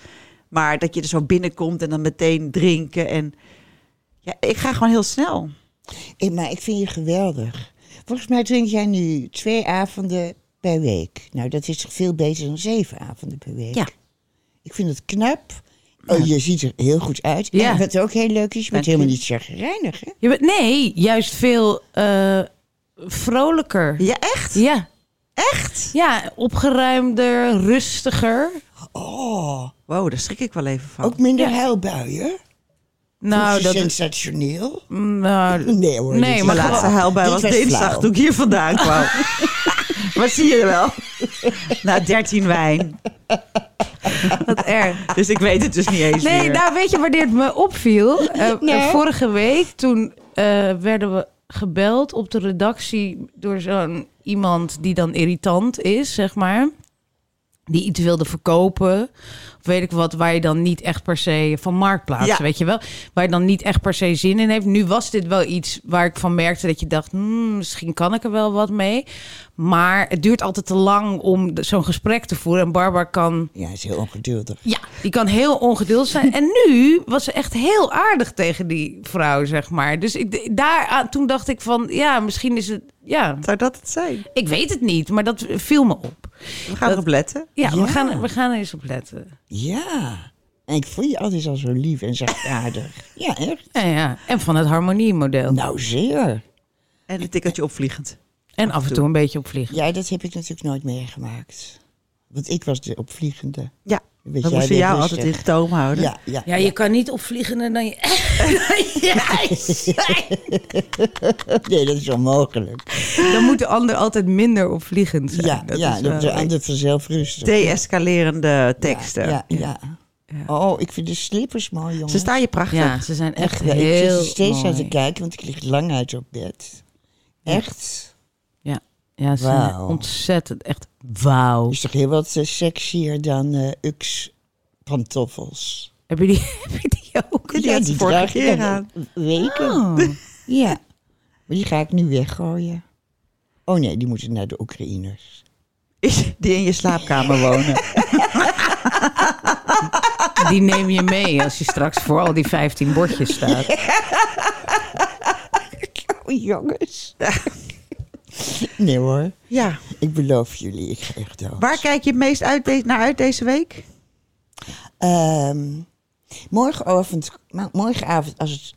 Speaker 1: Maar dat je er zo binnenkomt en dan meteen drinken. En ja, ik ga gewoon heel snel.
Speaker 2: Ik- Eh, maar ik vind je geweldig. Volgens mij drink jij nu twee avonden per week. Nou, dat is toch veel beter dan zeven avonden per week?
Speaker 1: Ja.
Speaker 2: Ik vind het knap. Oh, je ziet er heel goed uit.
Speaker 3: Ja. Oh.
Speaker 2: En wat ook heel leuk is,
Speaker 1: Dank
Speaker 2: je bent
Speaker 1: je.
Speaker 2: helemaal niet chagrijnig, hè?
Speaker 3: Je bent, nee, juist veel eh, vrolijker.
Speaker 1: Ja, echt?
Speaker 3: Ja.
Speaker 1: Echt?
Speaker 3: ja, opgeruimder, rustiger.
Speaker 2: Oh,
Speaker 1: Wow, daar schrik ik wel even van.
Speaker 2: ook minder huilbuien.
Speaker 3: Nou, dat is...
Speaker 2: sensationeel.
Speaker 3: Nou,
Speaker 2: Nee hoor.
Speaker 3: Nee,
Speaker 2: dit is
Speaker 3: maar
Speaker 1: Mijn
Speaker 2: flauw.
Speaker 1: laatste huilbui
Speaker 2: Dit
Speaker 1: was dinsdag
Speaker 2: flauw.
Speaker 1: toen ik hier vandaan kwam. maar zie je wel? Na 13 wijn.
Speaker 3: wat erg.
Speaker 1: Dus ik weet het dus niet eens
Speaker 3: Nee,
Speaker 1: meer.
Speaker 3: nou weet je wanneer het me opviel? Eh, eh, vorige week toen eh, werden we gebeld op de redactie door zo'n iemand die dan irritant is, zeg maar. Die iets wilde verkopen. Of weet ik wat, waar je dan niet echt per se van marktplaats,
Speaker 1: Ja.
Speaker 3: weet je wel. Waar je dan niet echt per se zin in heeft. Nu was dit wel iets waar ik van merkte dat je dacht, hmm, misschien kan ik er wel wat mee. Maar het duurt altijd te lang om de- zo'n gesprek te voeren. En Barbara kan
Speaker 2: Ja, is heel ongeduldig.
Speaker 3: ja, die kan heel ongeduldig zijn. En nu was ze echt heel aardig tegen die vrouw, zeg maar. Dus ik, daar, aan- toen dacht ik van, ja, misschien is het... Ja,
Speaker 1: Zou dat het zijn?
Speaker 3: ik weet het niet, maar dat viel me op.
Speaker 1: We gaan erop letten.
Speaker 3: Ja,
Speaker 2: Ja.
Speaker 3: We, gaan, we gaan er eens op letten.
Speaker 2: Ja. En ik vond je altijd al zo lief en zachtaardig. ja, echt.
Speaker 3: Ja, ja. En van het harmoniemodel.
Speaker 2: Nou, zeer.
Speaker 1: En een tikkeltje opvliegend.
Speaker 3: En af en toe een beetje opvliegen.
Speaker 2: Ja, dat heb ik natuurlijk nooit meegemaakt. Want ik was de opvliegende.
Speaker 1: Ja, eh,
Speaker 2: Dan weet
Speaker 1: we
Speaker 2: jij
Speaker 1: moesten
Speaker 2: weer
Speaker 1: jou
Speaker 2: rustig.
Speaker 1: altijd in toom houden.
Speaker 2: Ja, ja.
Speaker 3: Ja, je kan niet opvliegender dan je... dan jij zijn.
Speaker 2: Nee, dat is onmogelijk.
Speaker 3: Dan moet de ander altijd minder opvliegend zijn.
Speaker 2: Ja,
Speaker 3: dat
Speaker 2: ja
Speaker 3: is
Speaker 2: dat
Speaker 3: wel-
Speaker 2: de ander vanzelf rustig.
Speaker 1: Deescalerende teksten.
Speaker 2: Ja, ja. Oh, ik vind de slippers mooi, jongen.
Speaker 1: Ze staan je prachtig.
Speaker 3: ja, ze zijn echt
Speaker 2: Ja, ik
Speaker 3: heel
Speaker 2: zit er steeds aan
Speaker 3: mooi.
Speaker 2: te kijken, want ik lig lang uit op bed. Echt?
Speaker 3: Ja, ja ze zijn
Speaker 2: Wauw.
Speaker 3: ontzettend. Echt wauw.
Speaker 2: Is toch heel wat eh, sexier dan eh Ux pantoffels?
Speaker 3: Heb je die, heb je die ook?
Speaker 1: Die had ze vorige
Speaker 2: draag ik
Speaker 1: keer
Speaker 2: al
Speaker 1: aan. Oh,
Speaker 2: Weken. Ja. Maar die ga ik nu weggooien. Oh nee, die moeten naar de Oekraïners.
Speaker 1: Die in je slaapkamer wonen.
Speaker 3: Die neem je mee als je straks voor al die 15 bordjes staat.
Speaker 2: Oh, jongens. nee hoor,
Speaker 1: Ja.
Speaker 2: ik beloof jullie, ik ga echt dood.
Speaker 1: Waar kijk je het meest uit de- naar uit deze week?
Speaker 2: Ehm, morgenavond, ma- morgenavond, als het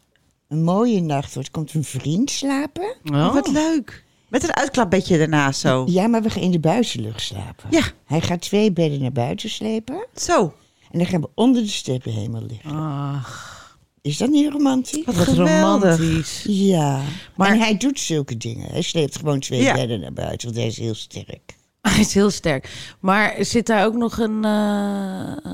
Speaker 2: een mooie nacht wordt, komt een vriend slapen.
Speaker 1: Oh, Wat leuk. Met een uitklapbedje ernaast zo.
Speaker 2: Ja, maar we gaan in de buitenlucht slapen.
Speaker 1: Oh. Ja,
Speaker 2: Hij gaat twee bedden naar buiten slepen.
Speaker 1: zo.
Speaker 2: En dan gaan we onder de steppenhemel liggen.
Speaker 3: Ach,
Speaker 2: Is dat niet romantisch?
Speaker 1: Wat
Speaker 3: Ah, wat
Speaker 1: geweldig.
Speaker 3: romantisch.
Speaker 2: Ja.
Speaker 3: Maar-
Speaker 2: Maar en hij doet zulke dingen. Hij sleept gewoon twee
Speaker 1: Ja.
Speaker 2: bedden naar buiten, want hij is heel sterk.
Speaker 3: Hij is heel sterk. Maar zit daar ook nog een eh, eh,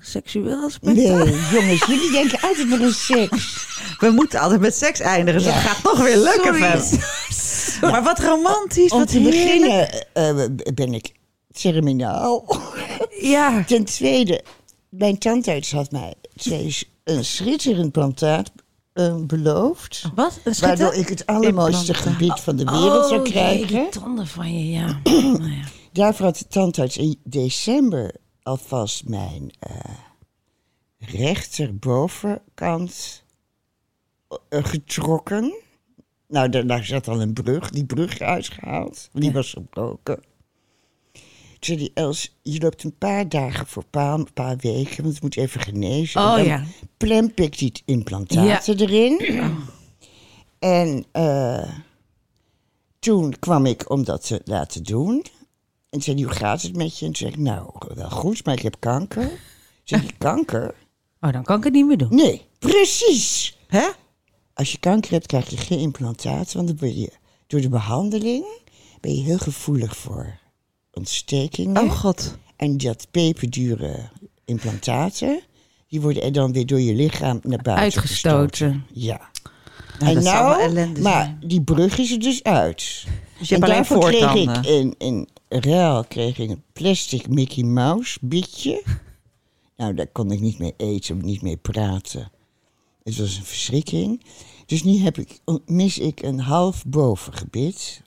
Speaker 3: seksueel aspect
Speaker 2: Nee,
Speaker 3: aan?
Speaker 2: jongens, jullie denken altijd maar aan seks.
Speaker 1: We moeten altijd met seks eindigen. Dus
Speaker 2: Ja.
Speaker 1: dat gaat toch weer lukken,
Speaker 3: Sorry.
Speaker 1: Fem. Maar wat romantisch.
Speaker 2: Om
Speaker 1: wat
Speaker 2: te
Speaker 1: heerlijk.
Speaker 2: beginnen eh, eh, ben ik terminaal.
Speaker 1: Ja.
Speaker 2: Ten tweede, mijn tandarts had mij steeds een schitterend plantaat eh, beloofd.
Speaker 1: Wat? Een schitter?
Speaker 2: Waardoor ik het allermooiste
Speaker 1: Implantaat.
Speaker 2: gebied van de wereld zou
Speaker 3: Oh, jee,
Speaker 2: krijgen.
Speaker 3: die tanden van je, ja. nou ja.
Speaker 2: Daarvoor had de tandarts in december alvast mijn eh, rechterbovenkant eh, getrokken. Nou, daar, daar zat al een brug, die brug uitgehaald. Die was gebroken. Toen zei die Els, je loopt een paar dagen voor paal, een paar weken, want het moet even genezen.
Speaker 3: Oh,
Speaker 2: en dan
Speaker 3: ja.
Speaker 2: plemp ik die implantaten erin. En eh, toen kwam ik om dat te laten doen. En zei die, hoe gaat het met je? En toen zei ik, nou, wel goed, maar ik heb kanker. Zeg je, kanker?
Speaker 3: Oh, dan kan ik het niet meer doen.
Speaker 2: Nee, precies.
Speaker 1: Hè?
Speaker 2: Als je kanker hebt, krijg je geen implantaat. Want dan ben je, door de behandeling ben je heel gevoelig voor ontstekingen.
Speaker 1: Oh god.
Speaker 2: En dat peperdure implantaten, die worden er dan weer door je lichaam naar buiten
Speaker 3: Uitgestoten.
Speaker 2: gestoten. Ja.
Speaker 1: Ah, dat
Speaker 2: en
Speaker 1: zal wel ellende
Speaker 2: nou, maar die brug is er dus uit.
Speaker 1: Dus je
Speaker 2: en
Speaker 1: hebt alleen
Speaker 2: daarvoor kreeg ik
Speaker 1: voortanden.
Speaker 2: in, in ruil kreeg ik een plastic Mickey Mouse bietje. nou, daar kon ik niet mee eten, niet mee praten. Het was een verschrikking. Dus nu heb ik, mis ik een half bovengebit.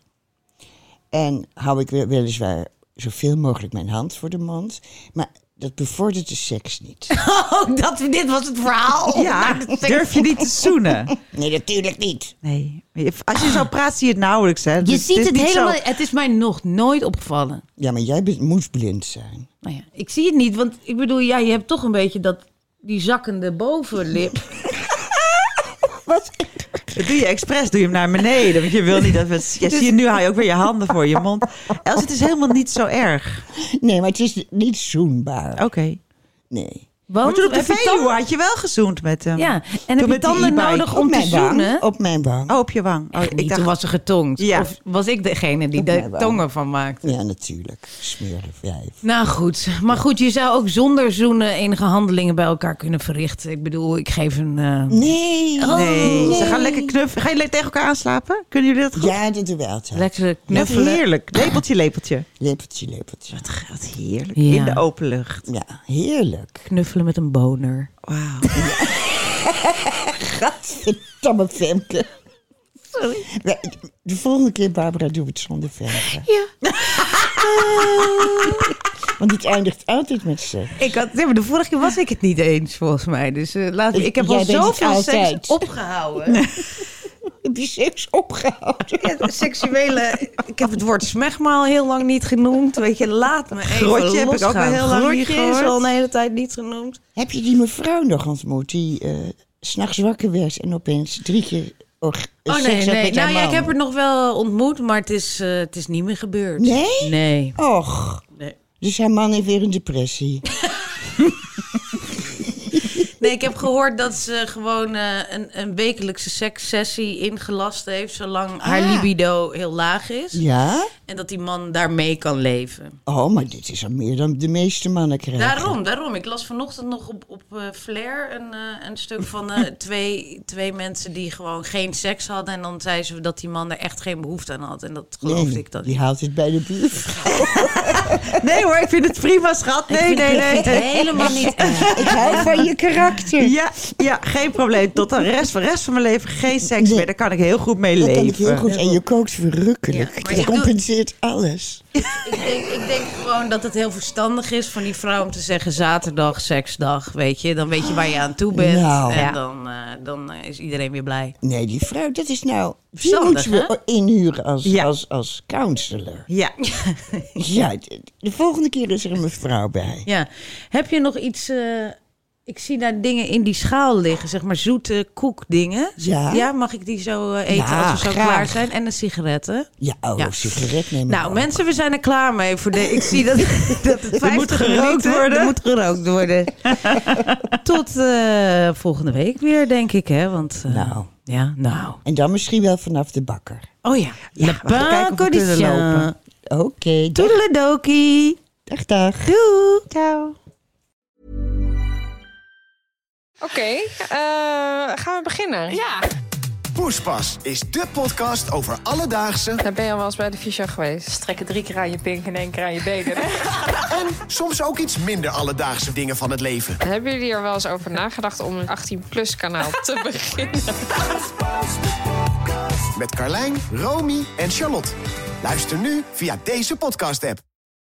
Speaker 2: En hou ik wel- weliswaar zoveel mogelijk mijn hand voor de mond. Maar dat bevordert de seks niet.
Speaker 3: Oh, dat, dit was het verhaal. Nou,
Speaker 1: Ja, durf je niet te zoenen?
Speaker 2: nee, natuurlijk niet.
Speaker 1: Nee. Als je zo praat, zie je het nauwelijks.
Speaker 2: Dus
Speaker 1: Hè? Dus
Speaker 3: Je ziet het
Speaker 1: niet zo-
Speaker 3: helemaal. Het is mij nog nooit opgevallen.
Speaker 2: Ja, maar jij bent, moest blind zijn.
Speaker 3: Nou ja, ik zie het niet, want ik bedoel, ja, je hebt toch een beetje dat, die zakkende bovenlip.
Speaker 1: Dat doe je expres, doe je hem naar beneden. Want je wil niet dat we... het- Ja,
Speaker 3: Dus-
Speaker 1: zie je, nu haal je ook weer je handen voor je mond. Els, het is helemaal niet zo erg.
Speaker 2: Nee, maar het is niet zoenbaar.
Speaker 1: Oké.
Speaker 2: Nee.
Speaker 1: Maar
Speaker 3: Want
Speaker 1: toen op de
Speaker 3: Oh, heb je
Speaker 1: Veluwe
Speaker 3: tanden-
Speaker 1: had je wel gezoend met hem.
Speaker 3: Ja, en heb je
Speaker 1: met die
Speaker 3: tanden
Speaker 1: e-bike.
Speaker 3: nodig
Speaker 2: Op
Speaker 3: om te
Speaker 2: mijn
Speaker 3: zoenen?
Speaker 2: wang. Op mijn wang.
Speaker 1: Oh, op je wang. Oh,
Speaker 3: Echt niet, toen was ze getongd.
Speaker 1: Ja.
Speaker 3: Of was ik degene die
Speaker 2: Op
Speaker 3: de
Speaker 2: mij wel.
Speaker 3: tongen van maakte?
Speaker 2: Ja, natuurlijk. Smerig wijf.
Speaker 3: Nou goed, maar goed, je zou ook zonder zoenen enige handelingen bij elkaar kunnen verrichten. Ik bedoel, ik geef een... eh,
Speaker 2: Nee.
Speaker 1: Nee,
Speaker 3: Oh,
Speaker 1: ze gaan lekker knuffelen. Ga je le- tegen elkaar aanslapen? Kunnen jullie dat goed?
Speaker 2: Ja, dat doen we altijd.
Speaker 3: Lekker
Speaker 1: Wat
Speaker 3: knuffelen.
Speaker 1: heerlijk. Lepeltje, lepeltje.
Speaker 2: Lepeltje, lepeltje.
Speaker 1: Wat heerlijk.
Speaker 3: Ja.
Speaker 1: In de open lucht.
Speaker 2: Ja, heerlijk.
Speaker 3: Knuffelen met een boner.
Speaker 1: Wauw.
Speaker 2: Gadverdamme Femke.
Speaker 3: Sorry.
Speaker 2: Wij- De volgende keer, Barbara, doen we het zonder Femke. Ah.
Speaker 3: Ja.
Speaker 2: Want het eindigt altijd met seks.
Speaker 3: Ik had, nee, maar de vorige keer was ik het niet eens, volgens mij. Dus eh, laat, ik heb
Speaker 2: Jij
Speaker 3: al
Speaker 2: bent het
Speaker 3: zoveel seks
Speaker 2: altijd.
Speaker 3: opgehouden.
Speaker 2: Heb je seks opgehouden?
Speaker 3: Ja, seksuele... Ik heb het woord smegma al heel lang niet genoemd. Weet je, laat me even
Speaker 1: Grotje heb ik ook
Speaker 3: losgaan.
Speaker 1: al heel lang niet
Speaker 3: Grotje is
Speaker 1: gehoord.
Speaker 3: al een hele tijd niet genoemd.
Speaker 2: Heb je die mevrouw nog ontmoet die eh, 's s'nachts wakker werd en opeens drie keer or,
Speaker 3: Oh
Speaker 2: seks
Speaker 3: nee,
Speaker 2: had
Speaker 3: nee.
Speaker 2: met haar
Speaker 3: Nou ja, ik
Speaker 2: man?
Speaker 3: heb het nog wel ontmoet, maar het is, eh, het is niet meer gebeurd.
Speaker 2: Nee?
Speaker 3: Nee.
Speaker 2: Och.
Speaker 3: Nee.
Speaker 2: Dus haar man heeft weer een depressie.
Speaker 3: Nee, ik heb gehoord dat ze gewoon eh, een, een wekelijkse sekssessie ingelast heeft, zolang haar libido heel laag is.
Speaker 2: Ja?
Speaker 3: En dat die man daarmee kan leven.
Speaker 2: Oh, maar dit is al meer dan de meeste mannen krijgen.
Speaker 3: Daarom, daarom. Ik las vanochtend nog op, op eh Flair een, eh, een stuk van eh, twee, twee mensen die gewoon geen seks hadden. En dan zeiden ze dat die man er echt geen behoefte aan had. En dat geloofde
Speaker 2: Nee,
Speaker 3: ik dan
Speaker 2: Die
Speaker 3: niet.
Speaker 2: haalt het bij de buurvrouw.
Speaker 1: Nee hoor, ik vind het prima, schat. Nee,
Speaker 3: Ik vind
Speaker 1: nee, nee.
Speaker 3: het Helemaal niet erg.
Speaker 2: Ik hou van je karakter.
Speaker 1: Ja, ja, geen probleem. Tot de rest, van de rest van mijn leven geen seks meer. Daar kan ik heel goed mee
Speaker 2: Dat
Speaker 1: leven.
Speaker 2: kan ik heel goed. En je kookt verrukkelijk.
Speaker 3: Ja, maar
Speaker 2: Het
Speaker 3: ik doe-
Speaker 2: compenseert alles.
Speaker 3: Ik denk, ik denk gewoon dat het heel verstandig is van die vrouw om te zeggen zaterdag, seksdag, weet je. Dan weet je waar je aan toe bent
Speaker 2: Nou.
Speaker 3: en
Speaker 2: Ja.
Speaker 3: dan, eh, dan eh, is iedereen weer blij.
Speaker 2: Nee, die vrouw, dat is nou... Die
Speaker 3: Verstandig,
Speaker 2: moeten we inhuren als,
Speaker 1: Ja.
Speaker 2: als, als counselor.
Speaker 1: Ja,
Speaker 2: Ja, de, de volgende keer is er een mevrouw bij.
Speaker 3: Ja. Heb je nog iets eh, Ik zie daar dingen in die schaal liggen, zeg maar zoete koekdingen.
Speaker 2: Ja.
Speaker 3: Ja, mag ik die zo eh, eten
Speaker 2: Ja,
Speaker 3: als we zo
Speaker 2: graag.
Speaker 3: klaar zijn? En een sigaretten.
Speaker 2: Ja, oh,
Speaker 3: Ja.
Speaker 2: sigaret nemen.
Speaker 3: Nou, mensen, we zijn er klaar mee voor de. Ik zie dat, dat het 50
Speaker 1: moet gerookt
Speaker 3: minuten-
Speaker 1: worden.
Speaker 3: Er moet gerookt worden. Tot eh, volgende week weer, denk ik, hè? Want eh,
Speaker 2: Nou.
Speaker 3: ja, nou.
Speaker 2: En dan misschien wel vanaf de bakker.
Speaker 3: Oh ja,
Speaker 1: we gaan kijken of we kunnen lopen.
Speaker 2: Oké, dag,
Speaker 3: Toedeledokie.
Speaker 2: dag, dag.
Speaker 3: Doei.
Speaker 1: Ciao.
Speaker 7: Oké, eh, gaan we beginnen? Ja.
Speaker 8: Poespas is de podcast over alledaagse,
Speaker 7: Dan ben je al wel eens bij de fysio geweest. Strekken drie keer aan je pink en één keer aan je benen.
Speaker 8: soms ook iets minder alledaagse dingen van het leven.
Speaker 7: Hebben jullie er wel eens over nagedacht om een 18-plus kanaal te beginnen?
Speaker 8: Met Carlijn, Romy en Charlotte. Luister nu via deze podcast-app.